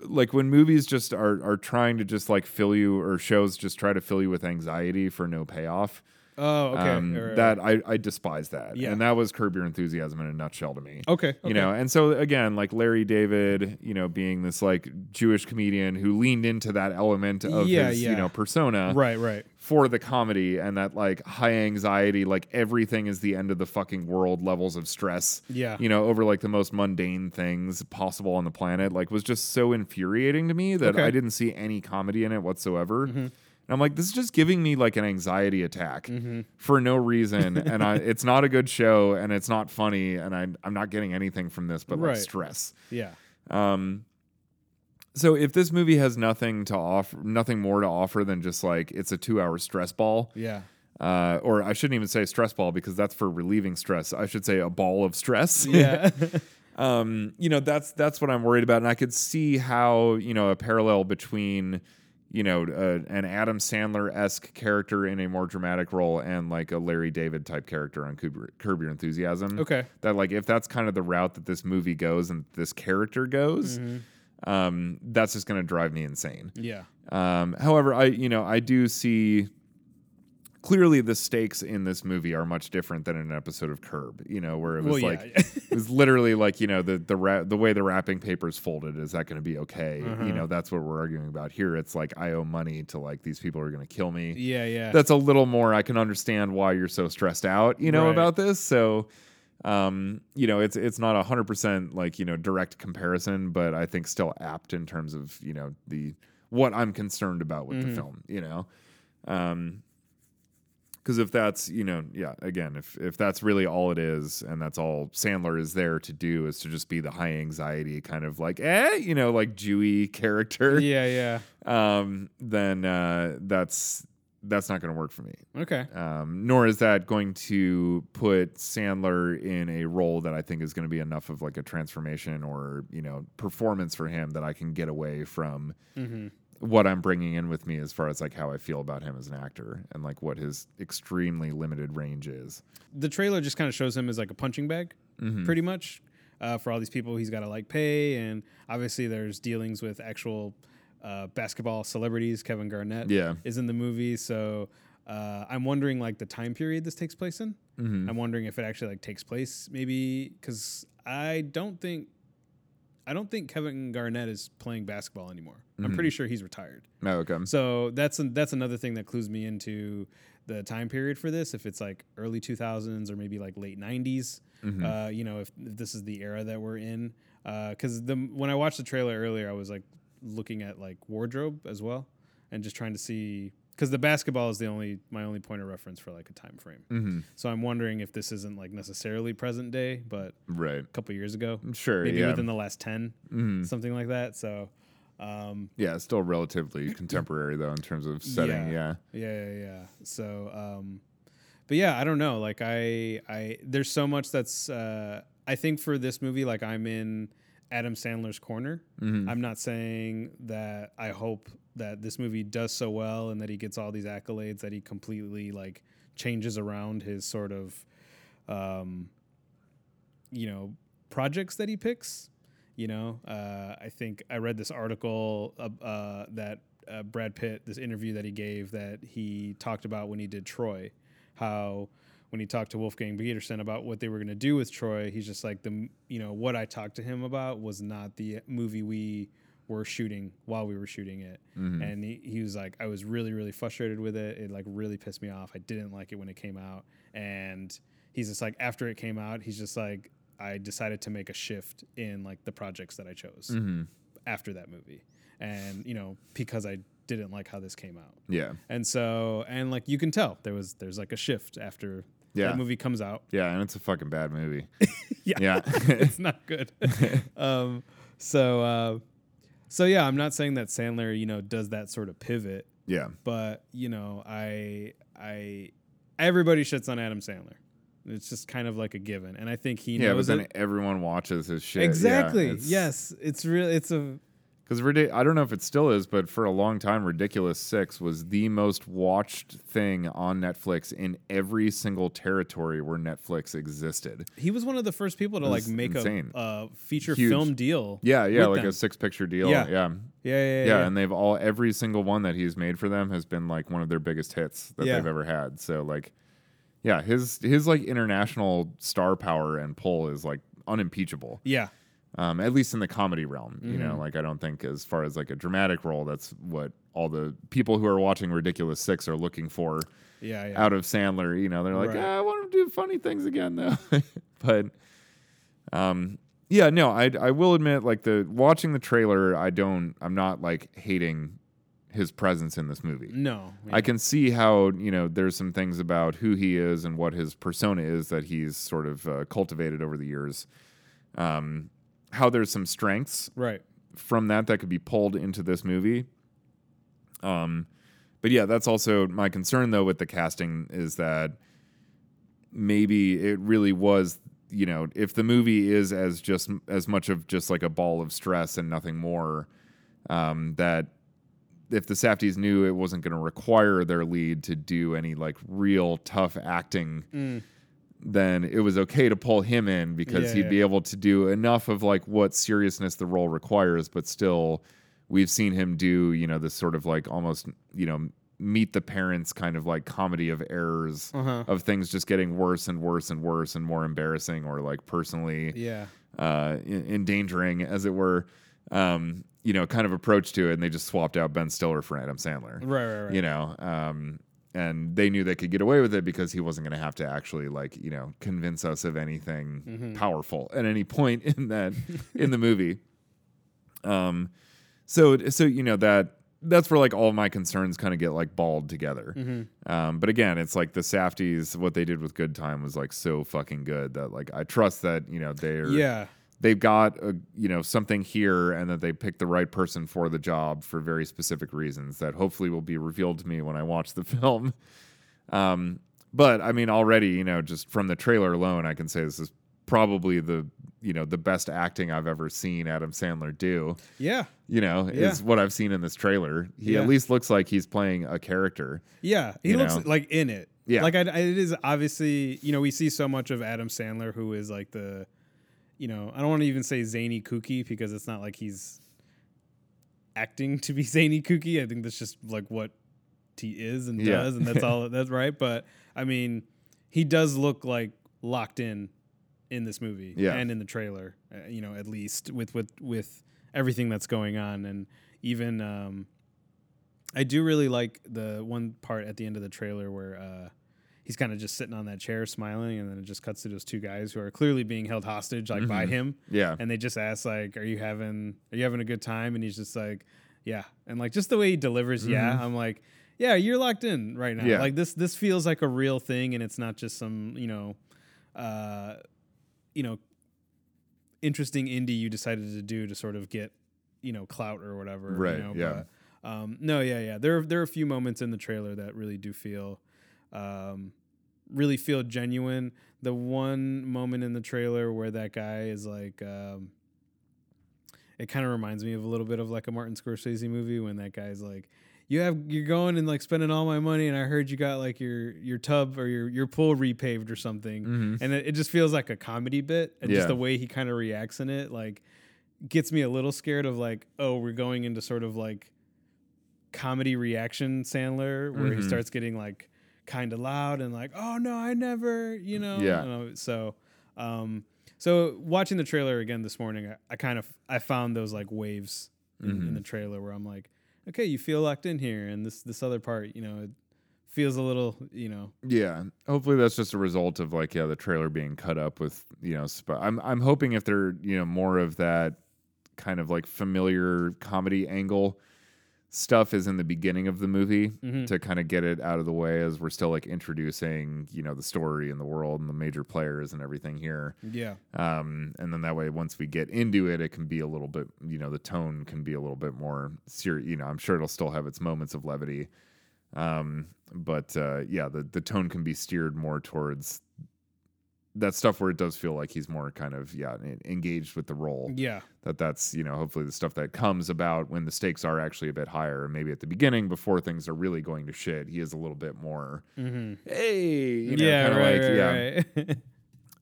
like when movies just are are trying to just like fill you or shows just try to fill you with anxiety for no payoff
oh, okay,
um,
all right,
that I, I despise that
Yeah.
and that was curb your enthusiasm in a nutshell to me
okay, okay,
you know and so again like larry david you know being this like jewish comedian who leaned into that element of
Yeah,
his
yeah.
you know persona
right, right,
for the comedy and that like high anxiety, like everything is the end of the fucking world levels of stress,
yeah,
you know, over like the most mundane things possible on the planet, like was just so infuriating to me that
Okay. Mm-hmm.
I didn't see any comedy in it whatsoever. And I'm like, this is just giving me like an anxiety attack
Mm-hmm.
for
[laughs]
no reason. and I, it's not a good show and it's not funny. And I, I'm not getting anything from this but
Right.
like stress.
yeah,
Um, so if this movie has nothing to offer, nothing more to offer than just like it's a two-hour stress ball, [laughs]
yeah,
uh, or I shouldn't even say stress ball because that's for relieving stress. I should say a ball of stress. [laughs]
yeah, [laughs]
um, you know, that's that's what I'm worried about, and I could see how you know a parallel between you know, uh, an Adam Sandler esque character in a more dramatic role and like a Larry David type character on Curb, Curb Your Enthusiasm.
Okay.
That, like, if that's kind of the route that this movie goes and this character goes, um, that's just going to drive me insane.
Yeah.
Um, however, I you know I do see clearly the stakes in this movie are much different than in an episode of Curb. You know where it was
Well,
like
yeah.
it was literally like you know the the ra- the way the wrapping paper's folded is that going to be okay?
Uh-huh.
You know that's what we're arguing about here. It's like I owe money to like these people are going to kill me.
[laughs] yeah. Yeah.
That's a little more. I can understand why you're so stressed out. You know
Right.
about this. So. Um, you know, it's it's not hundred percent like you know direct comparison, but I think still apt in terms of you know the what I'm concerned about with
Mm-hmm.
the film. You know, um, because if that's you know yeah again if if that's really all it is and that's all Sandler is there to do is to just be the high anxiety kind of like eh you know like Jewy character,
yeah. Yeah.
um, then uh, that's that's not going to work for me
Okay.
um, nor is that going to put Sandler in a role that I think is going to be enough of like a transformation or you know performance for him that I can get away from
Mm-hmm.
what I'm bringing in with me as far as like how I feel about him as an actor and like what his extremely limited range is.
The trailer just kind of shows him as like a punching bag, pretty much. Uh, for all these people, he's got to like pay, and obviously there's dealings with actual uh, basketball celebrities. Kevin Garnett
Yeah.
is in the movie, so uh, I'm wondering like the time period this takes place in.
Mm. Mm-hmm.
I'm wondering if it actually like takes place maybe because I don't think I don't think Kevin Garnett is playing basketball anymore. I'm pretty sure he's retired.
No, okay.
So that's an, that's another thing that clues me into the time period for this. If it's like early 2000s or maybe like late 90s,
Mm. Mm-hmm.
uh, you know, if, if this is the era that we're in, because the when I watched the trailer earlier, I was like looking at like wardrobe as well, and just trying to see because the basketball is the only my only point of reference for like a time frame.
Mm. Mm-hmm.
So I'm wondering if this isn't like necessarily present day, but
Right.
a couple years ago,
Sure.
maybe
Mm. yeah. Mm-hmm. Mm.
within the last 10 something like that. So. Um,
yeah.
[clears throat]
Still relatively contemporary though in terms of setting. Yeah.
yeah, yeah, yeah. So, um, but yeah, I don't know. Like, I, I, there's so much that's. Uh, I think for this movie, like, I'm in Adam Sandler's corner.
Mm-hmm.
I'm not saying that I hope that this movie does so well and that he gets all these accolades that he completely like changes around his sort of, um, you know, projects that he picks. You know, uh, I think I read this article uh, uh, that uh, Brad Pitt, this interview that he gave, that he talked about when he did Troy, how when he talked to Wolfgang Peterson about what they were going to do with Troy, he's just like the m- you know what I talked to him about was not the movie we were shooting while we were shooting it,
Mm-hmm.
and he, he was like I was really really frustrated with it. It like really pissed me off. I didn't like it when it came out, and he's just like after it came out, he's just like I decided to make a shift in like the projects that I chose
Mm. Mm-hmm.
after that movie. And, you know, because I didn't like how this came out.
Yeah.
And so and like you can tell there was there's like a shift after
Yeah.
that movie comes out.
Yeah. And it's a fucking bad movie.
[laughs] Yeah.
Yeah.
[laughs]
[laughs]
it's not good. um so uh so yeah, I'm not saying that Sandler, you know, does that sort of pivot,
yeah.
but you know, I I everybody shits on Adam Sandler. It's just kind of like a given. And I think he
Yeah. But
knows
then
it.
everyone watches his shit. Yeah,
Exactly.
it's-
yes. It's real it's a
Because ridic- I don't know if it still is, but for a long time, Ridiculous Six was the most watched thing on Netflix in every single territory where Netflix existed.
He was one of the first people to like
That's
make
insane.
a uh, feature
Huge.
film deal.
Yeah, yeah,
with
like
them.
a six-picture deal.
Yeah.
Yeah. yeah,
yeah, yeah, yeah, yeah.
and they've all every single one that he's made for them has been like one of their biggest hits that
Yeah.
they've ever had. So like, yeah, his his like international star power and pull is like unimpeachable.
yeah.
um, at least in the comedy realm. You
Mm-hmm.
know, like I don't think as far as like a dramatic role, that's what all the people who are watching Ridiculous Six are looking for
Yeah, yeah.
out of Sandler. You know, they're like,
Right.
"Ah, I want him to do funny things again though. [laughs] but um, yeah, no, I I will admit, like the watching the trailer, I don't, I'm not like hating his presence in this movie.
No, Mm, yeah.
I can see how you know there's some things about who he is and what his persona is that he's sort of uh, cultivated over the years. Um, how there's some strengths
right.
from that that could be pulled into this movie. Um, but yeah, that's also my concern though with the casting is that maybe it really was you know if the movie is as just as much of just like a ball of stress and nothing more um, that if the Safdies knew it wasn't going to require their lead to do any like real tough acting,
Mm,
then it was okay to pull him in because
Yeah,
he'd
yeah.
be able to do enough of like what seriousness the role requires, but still, we've seen him do you know this sort of like almost you know meet the parents kind of like comedy of errors
Uh-huh.
of things just getting worse and worse and worse and more embarrassing or like personally
Yeah.
uh, en- endangering, as it were, um, you know, kind of approach to it. And they just swapped out Ben Stiller for Adam Sandler,
Right, right, right.
you know, um, and they knew they could get away with it because he wasn't going to have to actually like, you know, convince us of anything
Mm-hmm.
powerful at any point [laughs] in that, in the movie. [laughs] Um, so, so, you know, that, that's where like all my concerns kind of get like balled together.
Mm-hmm.
Um, but again, it's like the Safties, what they did with Good Time was like so fucking good that like I trust that, you know, they're
Yeah.
they've got a, you know something here and that they picked the right person for the job for very specific reasons that hopefully will be revealed to me when I watch the [laughs] film. Um, but I mean, already you know, just from the trailer alone, I can say this is probably the you know the best acting I've ever seen Adam Sandler do.
Yeah.
You know,
Yeah.
is what I've seen in this trailer. He
Yeah.
at least looks like he's playing a character.
Yeah, he
you
looks
know?
like in it.
Yeah.
like I, I- it is obviously you know we see so much of Adam Sandler who is like the, you know I don't want to even say zany kooky because it's not like he's acting to be [laughs] zany kooky. I think that's just like what he is and
Yeah.
does, and
[laughs]
that's all that's right. But I mean, he does look like locked in in this movie
Yeah.
and in the trailer, uh, you know, at least with with with everything that's going on and even um I do really like the one part at the end of the trailer where uh he's kind of just sitting on that chair smiling and then it just cuts to those two guys who are clearly being held hostage like by
Mhm.
him
Yeah,
and they just ask like are you having are you having a good time and he's just like yeah and like just the way he delivers yeah i'm like yeah you're locked in right now
Mm-hmm. Yeah.
like this this feels like a real thing and it's not just some you know uh you know interesting indie you decided to do to sort of get you know clout or whatever you
Right,
know,
yeah.
but, um no yeah yeah there there are a few moments in the trailer that really do feel um really feel genuine. The one moment in the trailer where that guy is like, um, it kind of reminds me of a little bit of like a Martin Scorsese movie when that guy's like, you have you're going and like spending all my money, and I heard you got like your your tub or your your pool repaved or something,
Mhm.
and it, it just feels like a comedy bit, and
Yeah.
just the way he kind of reacts in it, like gets me a little scared of like, oh, we're going into sort of like comedy reaction Sandler, where he
Mhm.
starts getting like kind of loud and like, oh no, I never, you know.
Yeah.
And, uh, so, um, so watching the trailer again this morning, I, I kind of I found those like waves in,
Mm-hmm.
in the trailer where I'm like, okay, you feel locked in here, and this this other part, you know, it feels a little, you know,
Yeah, hopefully that's just a result of like yeah the trailer being cut up with you know sp- I'm I'm hoping if they're you know more of that kind of like familiar comedy angle stuff is in the beginning of the movie
Mhm.
to kind of get it out of the way as we're still like introducing you know the story and the world and the major players and everything here
yeah,
um, and then that way once we get into it it can be a little bit you know the tone can be a little bit more serious you know i'm sure it'll still have its moments of levity um, but uh, yeah the, the tone can be steered more towards that stuff where it does feel like he's more kind of yeah en- engaged with the role
yeah,
that that's you know hopefully the stuff that comes about when the stakes are actually a bit higher maybe at the beginning before things are really going to shit he is a little bit more
mm-hmm.
hey you know,
yeah,
kinda
right,
like,
right,
yeah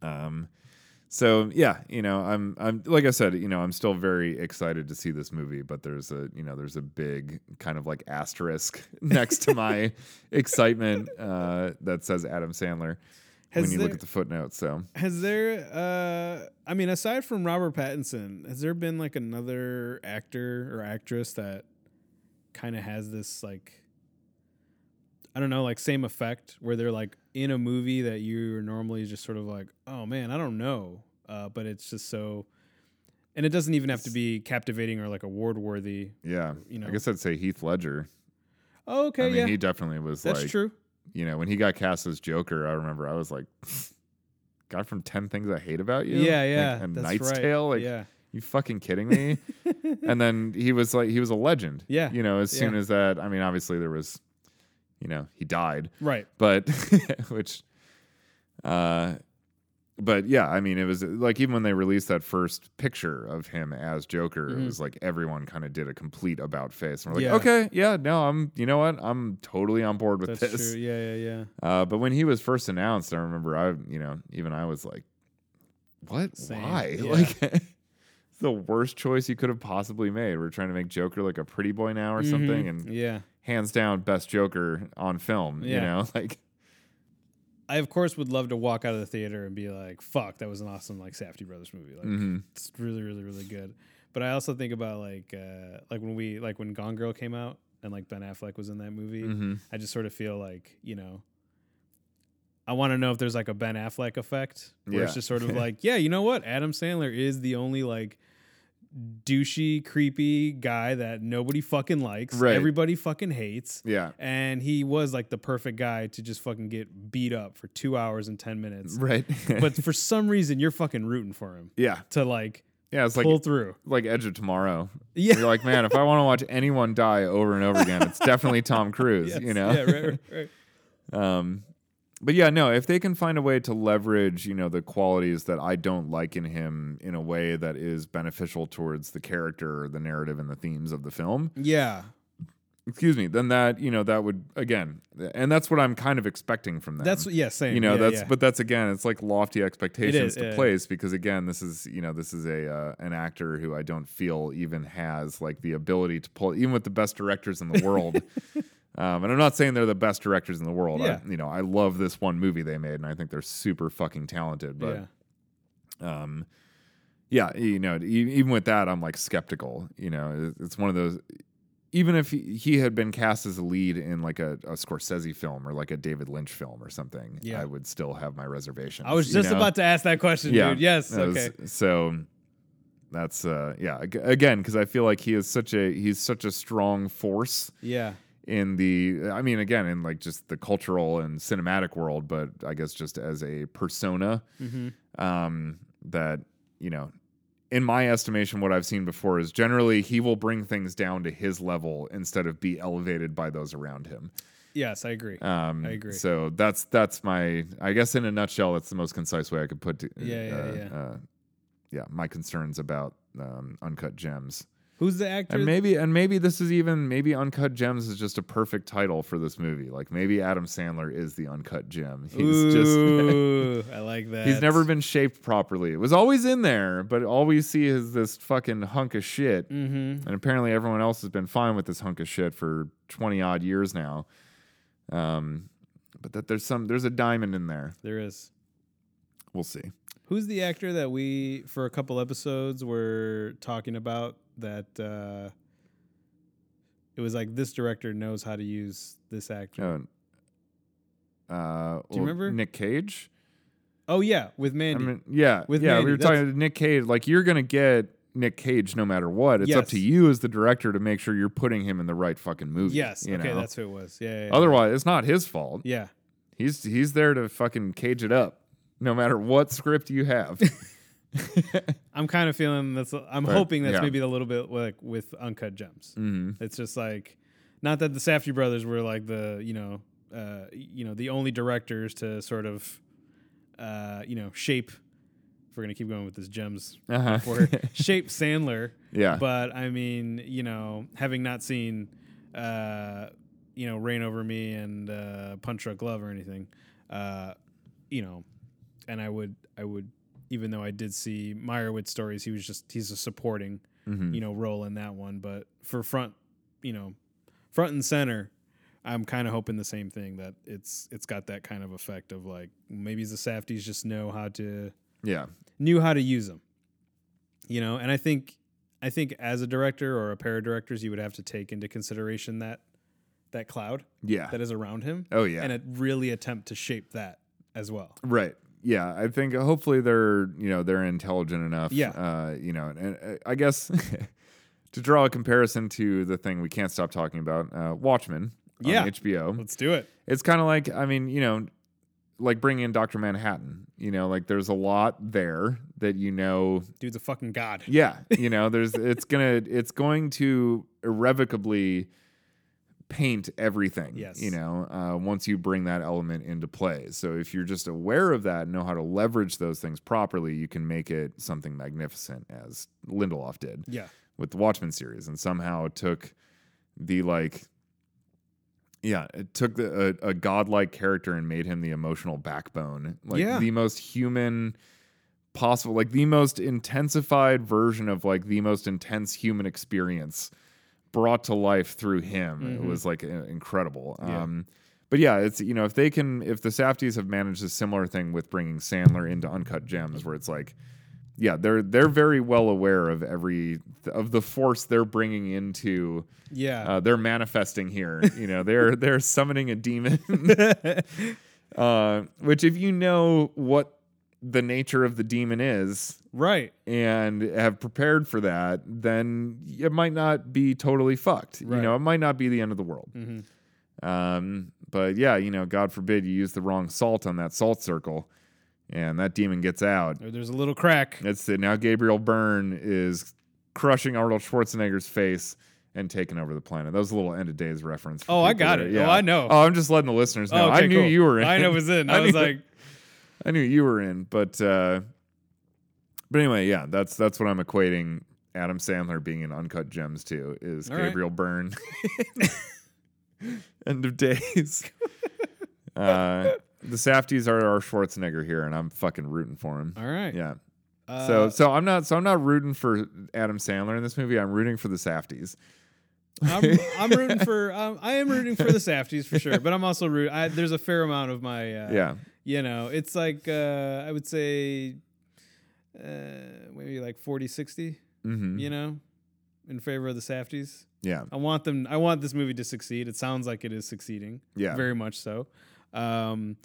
right. [laughs]
um, so yeah, you know, I'm I'm like I said, you know, I'm still very excited to see this movie, but there's a you know there's a big kind of like asterisk [laughs] next to my
[laughs]
excitement uh, that says Adam Sandler
Has
when you
there-
look at the footnote. So
Has there, uh, I mean, aside from Robert Pattinson, has there been like another actor or actress that kind of has this like, I don't know, like same effect where they're like in a movie that you're normally just sort of like, oh man, I don't know, uh, but it's just so, and it doesn't even have to be captivating or like award worthy.
yeah,
You know.
I guess I'd say Heath Ledger.
Oh, okay,
I mean,
yeah,
he definitely was
that's
like
true.
you know when he got cast as Joker. I remember I was like. [laughs] Guy from Ten Things I Hate About You,
Yeah,
Like,
yeah,
and
that's
Knight's
right.
Tale, like
yeah, [laughs]
you fucking kidding me? and then he was like, he was a legend.
Yeah.
You know, as soon
Yeah.
as that, I mean, obviously there was, [laughs] you know, he died,
right.
but which, uh, but yeah, I mean, it was like even when they released that first picture of him as Joker, it
Mhm.
was like everyone kind of did a complete about face. And we're like,
Yeah.
okay, yeah, no, I'm, you know what, I'm totally on board with
That's
this.
true. Yeah, yeah, yeah.
Uh, but when he was first announced, I remember I, you know, even I was like, what?
Same.
Why? [laughs]
Yeah.
Like, it's the worst choice you could have possibly made. We're trying to make Joker like a pretty boy now or something,
Mhm.
and
yeah.
hands down, best Joker on film. You
Yeah.
know, [laughs] like,
I of course would love to walk out of the theater and be like, "Fuck, that was an awesome like Safety Brothers movie. Like,
mhm.
it's really, really, really good." But I also think about like, uh, like when we like when Gone Girl came out and like Ben Affleck was in that movie.
Mhm.
I just sort of feel like you know, I want to know if there's like a Ben Affleck effect where
Yeah.
it's just
[laughs]
sort of like, yeah, you know what? Adam Sandler is the only like douchey, creepy guy that nobody fucking likes.
Right.
Everybody fucking hates
yeah,
and he was like the perfect guy to just fucking get beat up for two hours and 10 minutes.
right. [laughs]
but for some reason, you're fucking rooting for him
yeah,
to like
yeah, it's like
pull
[laughs]
through.
like Edge of Tomorrow.
Yeah.
You're like, man, if I want to watch anyone die over and over again, it's
[laughs]
definitely Tom Cruise, you
Yes.
know?
Yeah, right, right, right.
Um, but yeah, no, if they can find a way to leverage, you know, the qualities that I don't like in him in a way that is beneficial towards the character, the narrative, and the themes of the film, [laughs]
yeah.
excuse me, then that, you know, that would, again, and that's what I'm kind of expecting from them.
That's, yeah, same.
Um, you know
Yeah,
that's
yeah.
but that's again it's like lofty
is,
expectations to
yeah.
place because again this is you know this is a uh, an actor who i don't feel even has like the ability to pull even with the best directors in
[laughs]
the world um, and i'm not saying they're the best directors in the world
Yeah.
I, you know i love this one movie they made and i think they're super fucking talented but
yeah.
um yeah you know e- even with that i'm like skeptical you know it- it's one of those even if he, he had been cast as a lead in like a, a scorsese film or like a david lynch film or something
Yeah.
i would still have my reservations
I was
you
just
know?
about to ask that question, dude. Yes.
that was-
Okay.
so that's uh yeah ag- again because i feel like he is such a he's such a strong force
Yeah.
in the i mean again in like just the cultural and cinematic world but i guess just as a persona
Mm-hmm.
um, that you know in my estimation what i've seen before is generally he will bring things down to his level instead of be elevated by those around him
Yes, I agree.
um,
I agree.
so that's that's my i guess in a nutshell that's the most concise way i could put to,
Yeah, yeah,
uh,
yeah.
Uh, yeah my concerns about um, uncut gems
Who's the actor?
and maybe and maybe this is even maybe uncut gems is just a perfect title for this movie like maybe adam sandler is the uncut gem he's just [laughs]
Ooh, I like that.
He's never been shaped properly. It was always in there, but all we see is this fucking hunk of shit.
Mm-hmm.
And apparently, everyone else has been fine with this hunk of shit for twenty odd years now. Um, but that there's some there's a diamond in there.
There is.
We'll see.
Who's the actor that we for a couple episodes were talking about that uh it was like this director knows how to use this actor.
Uh, uh,
Do you
well,
remember?
Nick Cage?
oh yeah, with
I
Mandy.
mean, yeah,
With
yeah.
Mandy,
we were
that's-
talking to Nick Cage. Like you're gonna get Nick Cage no matter what. It's up
Yes.
to you as the director to make sure you're putting him in the right fucking movie.
yes.
you
Okay,
know?
that's who it was. Yeah. yeah, yeah.
Otherwise, it's not his fault.
Yeah.
He's he's there to fucking cage it up, no matter what script you have.
I'm kind of feeling that's I'm
But,
hoping that's
yeah.
maybe a little bit like with Uncut Gems.
mm-hmm.
It's just like not that the Safety brothers were like the, you know, uh you know, the only directors to sort of uh, you know, shape if we're gonna keep going with this gems
Uh-huh. [laughs]
for shape Sandler.
yeah,
But I mean, you know, having not seen, uh, you know, Rain Over Me and uh, Punch Drunk Love or anything, uh, you know, and I would, I would, even though I did see Meyerowitz stories, he was just he's a supporting,
Mhm.
you know, role in that one. But for front, you know, front and center. I'm kind of hoping the same thing that it's it's got that kind of effect of like maybe the Safties just know how to
yeah,
knew how to use them. You know, and I think I think as a director or a pair of directors, you would have to take into consideration that that cloud
yeah.
that is around him,
oh yeah,
and it really attempt to shape that as well.
right. Yeah, I think uh, hopefully they're you know they're intelligent enough.
Yeah.
uh, you know, and, and I guess to draw a comparison to the thing we can't stop talking about, uh, Watchmen. on
Yeah.
HBO.
Let's do it.
it's kind of like I mean, you know, like bringing in Doctor Manhattan. You know, like there's a lot there that you know
Dude's a fucking god.
Yeah, you know, there's it's gonna it's going to irrevocably paint everything.
Yes.
You know, uh, once you bring that element into play. So if you're just aware of that and know how to leverage those things properly, you can make it something magnificent, as Lindelof did
Yeah.
with the Watchmen series, and somehow took the like. Yeah, it took the, a, a godlike character and made him the emotional backbone, like
Yeah.
the most human possible, like the most intensified version of like the most intense human experience brought to life through him. It
Mhm.
was like in- incredible.
Yeah.
Um, but yeah, it's you know if they can if the Safties have managed a similar thing with bringing Sandler into Uncut Gems, where it's like, yeah, they're they're very well aware of every of the force they're bringing into
Yeah.
uh, they're manifesting here. You know, they're they're summoning a demon. uh, which if you know what the nature of the demon is,
right.
and have prepared for that, then it might not be totally fucked. You
Right.
know, it might not be the end of the world.
hmm
Um, but yeah, you know, God forbid you use the wrong salt on that salt circle, and that demon gets out.
There's a little crack.
That's it. Now Gabriel Byrne is crushing Arnold Schwarzenegger's face and taking over the planet. That was a little end of days reference. for
Oh, I
people
got
that-
it. Oh, I know.
Oh, I'm just letting the listeners know.
okay,
I knew
cool.
you were in.
I know it was in.
I
I was
knew-
like,
[laughs] I knew you were in, but uh, but anyway, yeah, that's that's what I'm equating Adam Sandler being in Uncut Gems to is
All right. [laughs]
Gabriel Byrne. End
[laughs]
of days. uh, the Safties are our Schwarzenegger here, and I'm fucking rooting for him.
all right.
Yeah.
Uh,
so so I'm not so I'm not rooting for Adam Sandler in this movie. I'm rooting for the Safties. [laughs]
I'm, I'm rooting for um, I am rooting for the Safties for sure, but I'm also rooting. I, there's a fair amount of my uh,
Yeah.
You know, it's like uh, I would say uh, maybe like 40, 60,
hmm
You know, in favor of the Safties.
Yeah.
I want them. I want this movie to succeed. It sounds like it is succeeding.
Yeah.
very much so. Um,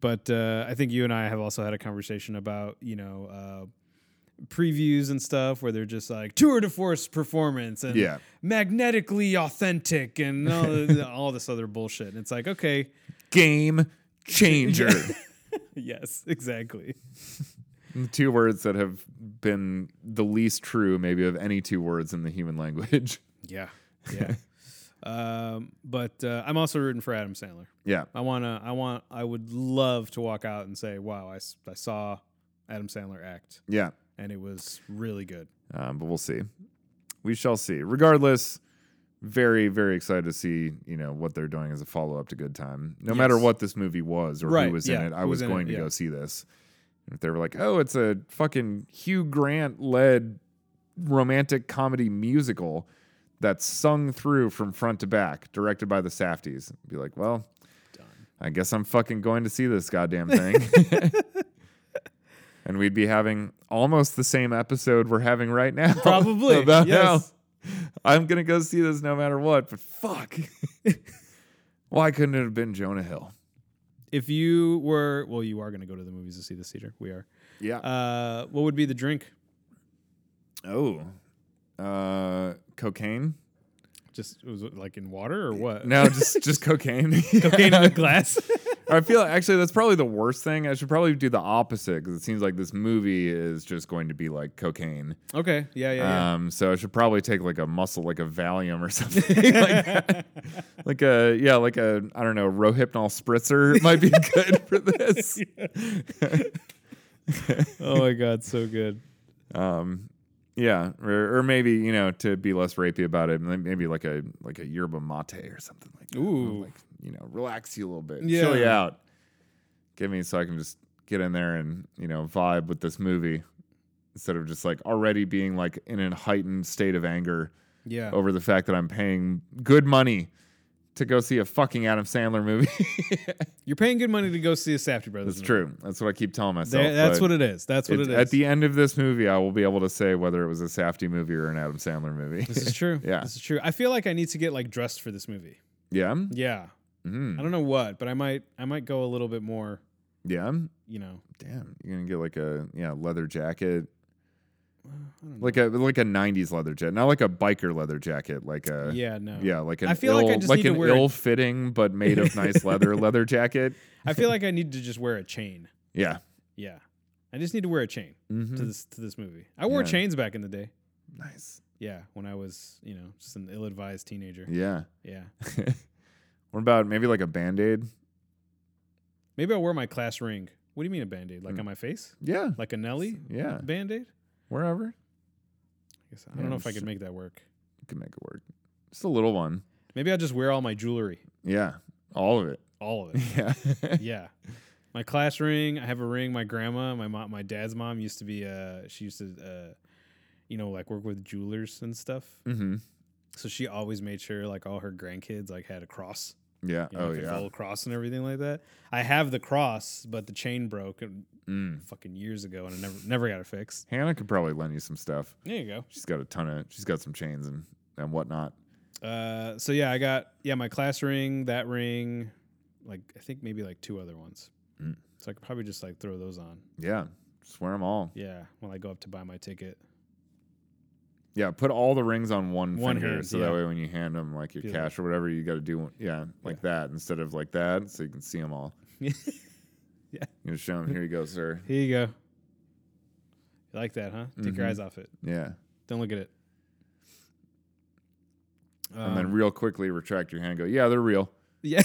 but uh, I think you and I have also had a conversation about you know uh, previews and stuff where they're just like tour de force performance and
Yeah.
magnetically authentic and all,
[laughs]
the- all this other bullshit. And it's like okay,
Game
[laughs]
changer. [laughs]
yes, [laughs] exactly.
The two words that have been the least true, maybe, of any two words in the human language. [laughs]
Yeah, yeah. [laughs] um, but uh, I'm also rooting for Adam Sandler.
yeah.
I wanna, I want, I would love to walk out and say, wow, I, s- I saw Adam Sandler act
Yeah.
and it was really good.
Um, but we'll see. We shall see. Regardless, very, very excited to see, you know, what they're doing as a follow up to Good Time. No matter
Yes.
what this movie was or
Right,
who was
yeah,
in it, I
who
was,
was in it,
going to
yeah.
go see this. And if they were like, oh, it's a fucking Hugh Grant led romantic comedy musical that's sung through from front to back, directed by the Safties, I'd be like, well, I guess I'm fucking going to see this goddamn thing.
[laughs]
and we'd be having almost the same episode we're having right now.
Probably,
[laughs] about
yes.
how I'm going to go see this no matter what,
[laughs]
but fuck. Why couldn't it have been Jonah Hill?
If you were, well, you are going to go to the movies to see this theater. We are.
Yeah.
Uh, what would be the drink?
oh. Uh, cocaine?
Just was it like in water or what?
No, just just cocaine.
[laughs] cocaine
[laughs]
in a glass.
I feel actually that's probably the worst thing. I should probably do the opposite because it seems like this movie is just going to be like cocaine.
okay, yeah, yeah,
Um, so I should probably take like a muscle, like a Valium or [laughs] something, like, that. like a yeah, like a I don't know, Rohypnol spritzer might be [laughs] good for this.
yeah. [laughs] oh my god, so good.
Um, yeah, or, or maybe you know to be less rapey about it, may- maybe like a like a yerba mate or something like that.
Ooh.
like you know, relax you a little bit,
Yeah.
chill you out. Give me so I can just get in there and you know vibe with this movie instead of just like already being like in a heightened state of anger.
Yeah,
over the fact that I'm paying good money to go see a fucking Adam Sandler movie. [laughs]
you're paying good money to go see a Safety Brothers.
that's
movie.
true. That's what I keep telling myself.
There- that's
but
what it is. That's what
it-
it is.
At the end of this movie, I will be able to say whether it was a Safety movie or an Adam Sandler movie.
this is true.
Yeah.
this is true. I feel like I need to get like dressed for this movie.
[laughs] yeah.
Yeah, I
Mm.
don't know what, but I might, I might go a little bit more.
Yeah.
You know,
Damn. You're gonna get like a yeah leather jacket,
I don't know.
like a like a '90s leather jacket, not like a biker leather jacket, like a.
yeah, no,
uh, Yeah, like an
I feel
ill,
like I just
like
need to
an
wear it.
ill-fitting but made of nice leather
[laughs]
leather jacket.
I feel like I need
[laughs]
to just wear a chain.
Yeah,
Yeah, I just need to wear a chain.
Mhm.
to this to this movie. I wore
Yeah.
chains back in the day.
nice.
yeah, when I was, you know, just an ill-advised teenager.
Yeah.
Yeah.
What about maybe like a band aid?
Maybe I'll wear my class ring. What do you mean a band-aid? Like on my face?
Yeah.
Like a Nelly
Hmm. Yeah.
band-aid?
Wherever.
I, guess, I
Yeah,
don't know if I
just-
could make that work.
You can make it work. Just a little one.
Maybe I'll just wear all my jewelry,
Yeah. All of it.
all of it.
Yeah.
[laughs] yeah. My class ring. I have a ring. My grandma, my mom, my dad's mom used to be. Uh, she used to, uh, you know, like work with jewelers and stuff.
[laughs] mm-hmm.
So she always made sure like all her grandkids like had a cross.
Yeah.
You know,
oh
like a
yeah.
gold cross and everything like that. I have the cross, but the chain broke and
Mm.
fucking years ago, and I never never got it fixed.
Hannah could probably lend you some stuff.
There you go.
She's got a ton of. She's got some chains and and whatnot.
Uh, so yeah, I got yeah my class ring, that ring, like I think maybe like two other ones.
Mm.
So I could probably just like throw those on.
Yeah. Just wear them all.
Yeah, when I go up to buy my ticket.
Yeah. Put all the rings on one,
One
finger,
hand,
so
yeah.
that way when you hand them like your
Feel it.
cash or whatever, you got to do. Yeah, like that instead of like that, so you can see them all.
[laughs] Yeah.
You know, show them. Here you go, sir.
Here you go. You like that, huh? Take your
Mhm.
eyes off it.
Yeah.
Don't look at it. Um,
and then real quickly retract your hand. and Go. Yeah, they're real.
yeah.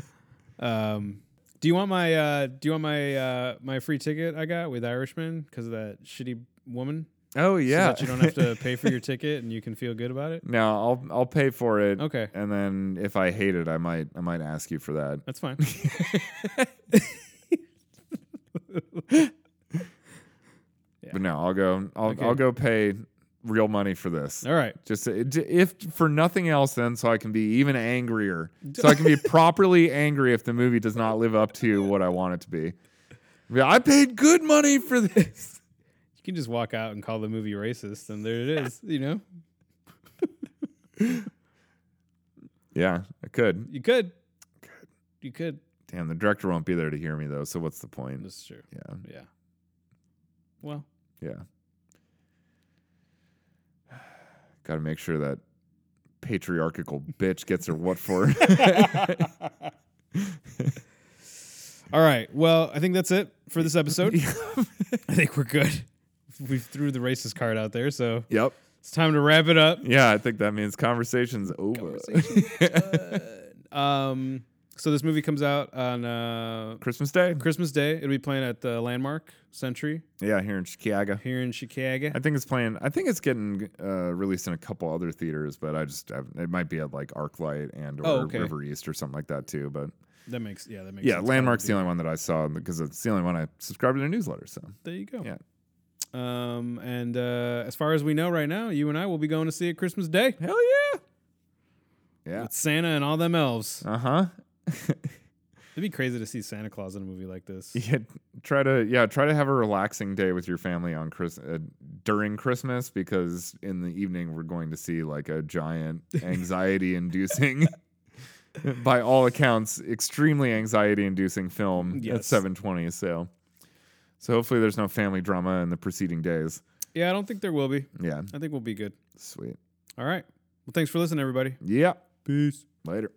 [laughs] um, do you want my uh, do you want my uh, my free ticket I got with Irishman because of that shitty woman?
Oh
So
yeah.
that you don't have [laughs]
[laughs]
to pay for your ticket and you can feel good about it.
no, I'll I'll pay for it.
Okay,
And then if I hate it, I might I might ask you for that.
that's
[laughs]
fine.
But no, I'll go. I'll
Okay.
I'll go pay real money for this.
All right.
Just to- to- if for nothing else, then so I can be even angrier. So I can be properly angry if the movie does not live up to what I want it to be. Yeah, I paid good money for this.
You can just walk out and call the movie racist, and there it is. You know,
Yeah, I could.
you could, you could.
Damn, the director won't be there to hear me though. So what's the point?
This is true.
Yeah,
Yeah.
[laughs]
Well, [laughs]
yeah. Got to make sure that patriarchal bitch gets her what for. [laughs]
all right. Well, I think that's it for this
[laughs]
episode. I think we're good. We threw the racist card out there, so
yep.
it's time to wrap it up.
Yeah, I think that means conversation's over.
[laughs] Um, so this movie comes out on uh,
Christmas Day.
Christmas Day. It'll be playing at the Landmark Century
Yeah, here in Chicago.
here in Chicago.
I think it's playing. I think it's getting uh, released in a couple other theaters, but I just I've, it might be at like ArcLight and or
Oh, okay.
River East or something like that too. But
That makes yeah, that makes
yeah,
sense.
Landmark's the only one that I saw because it's the only one I subscribed to their newsletter. So
There you go.
Yeah.
Um, and uh, as far as we know right now, you and I will be going to see it Christmas Day
hell yeah, yeah,
with Santa and all them elves.
uh huh.
It'd be crazy to see Santa Claus in a movie like
[laughs]
this.
Yeah, try to yeah try to have a relaxing day with your family on Chris uh, during Christmas because in the evening we're going to see like a giant
[laughs]
anxiety-inducing, by all accounts, extremely anxiety-inducing film at
Yes.
seven twenty. So, so hopefully there's no family drama in the preceding days.
Yeah, I don't think there will be.
Yeah,
I think we'll be good.
sweet.
All right. Well, thanks for listening, everybody.
Yeah,
Peace.
later.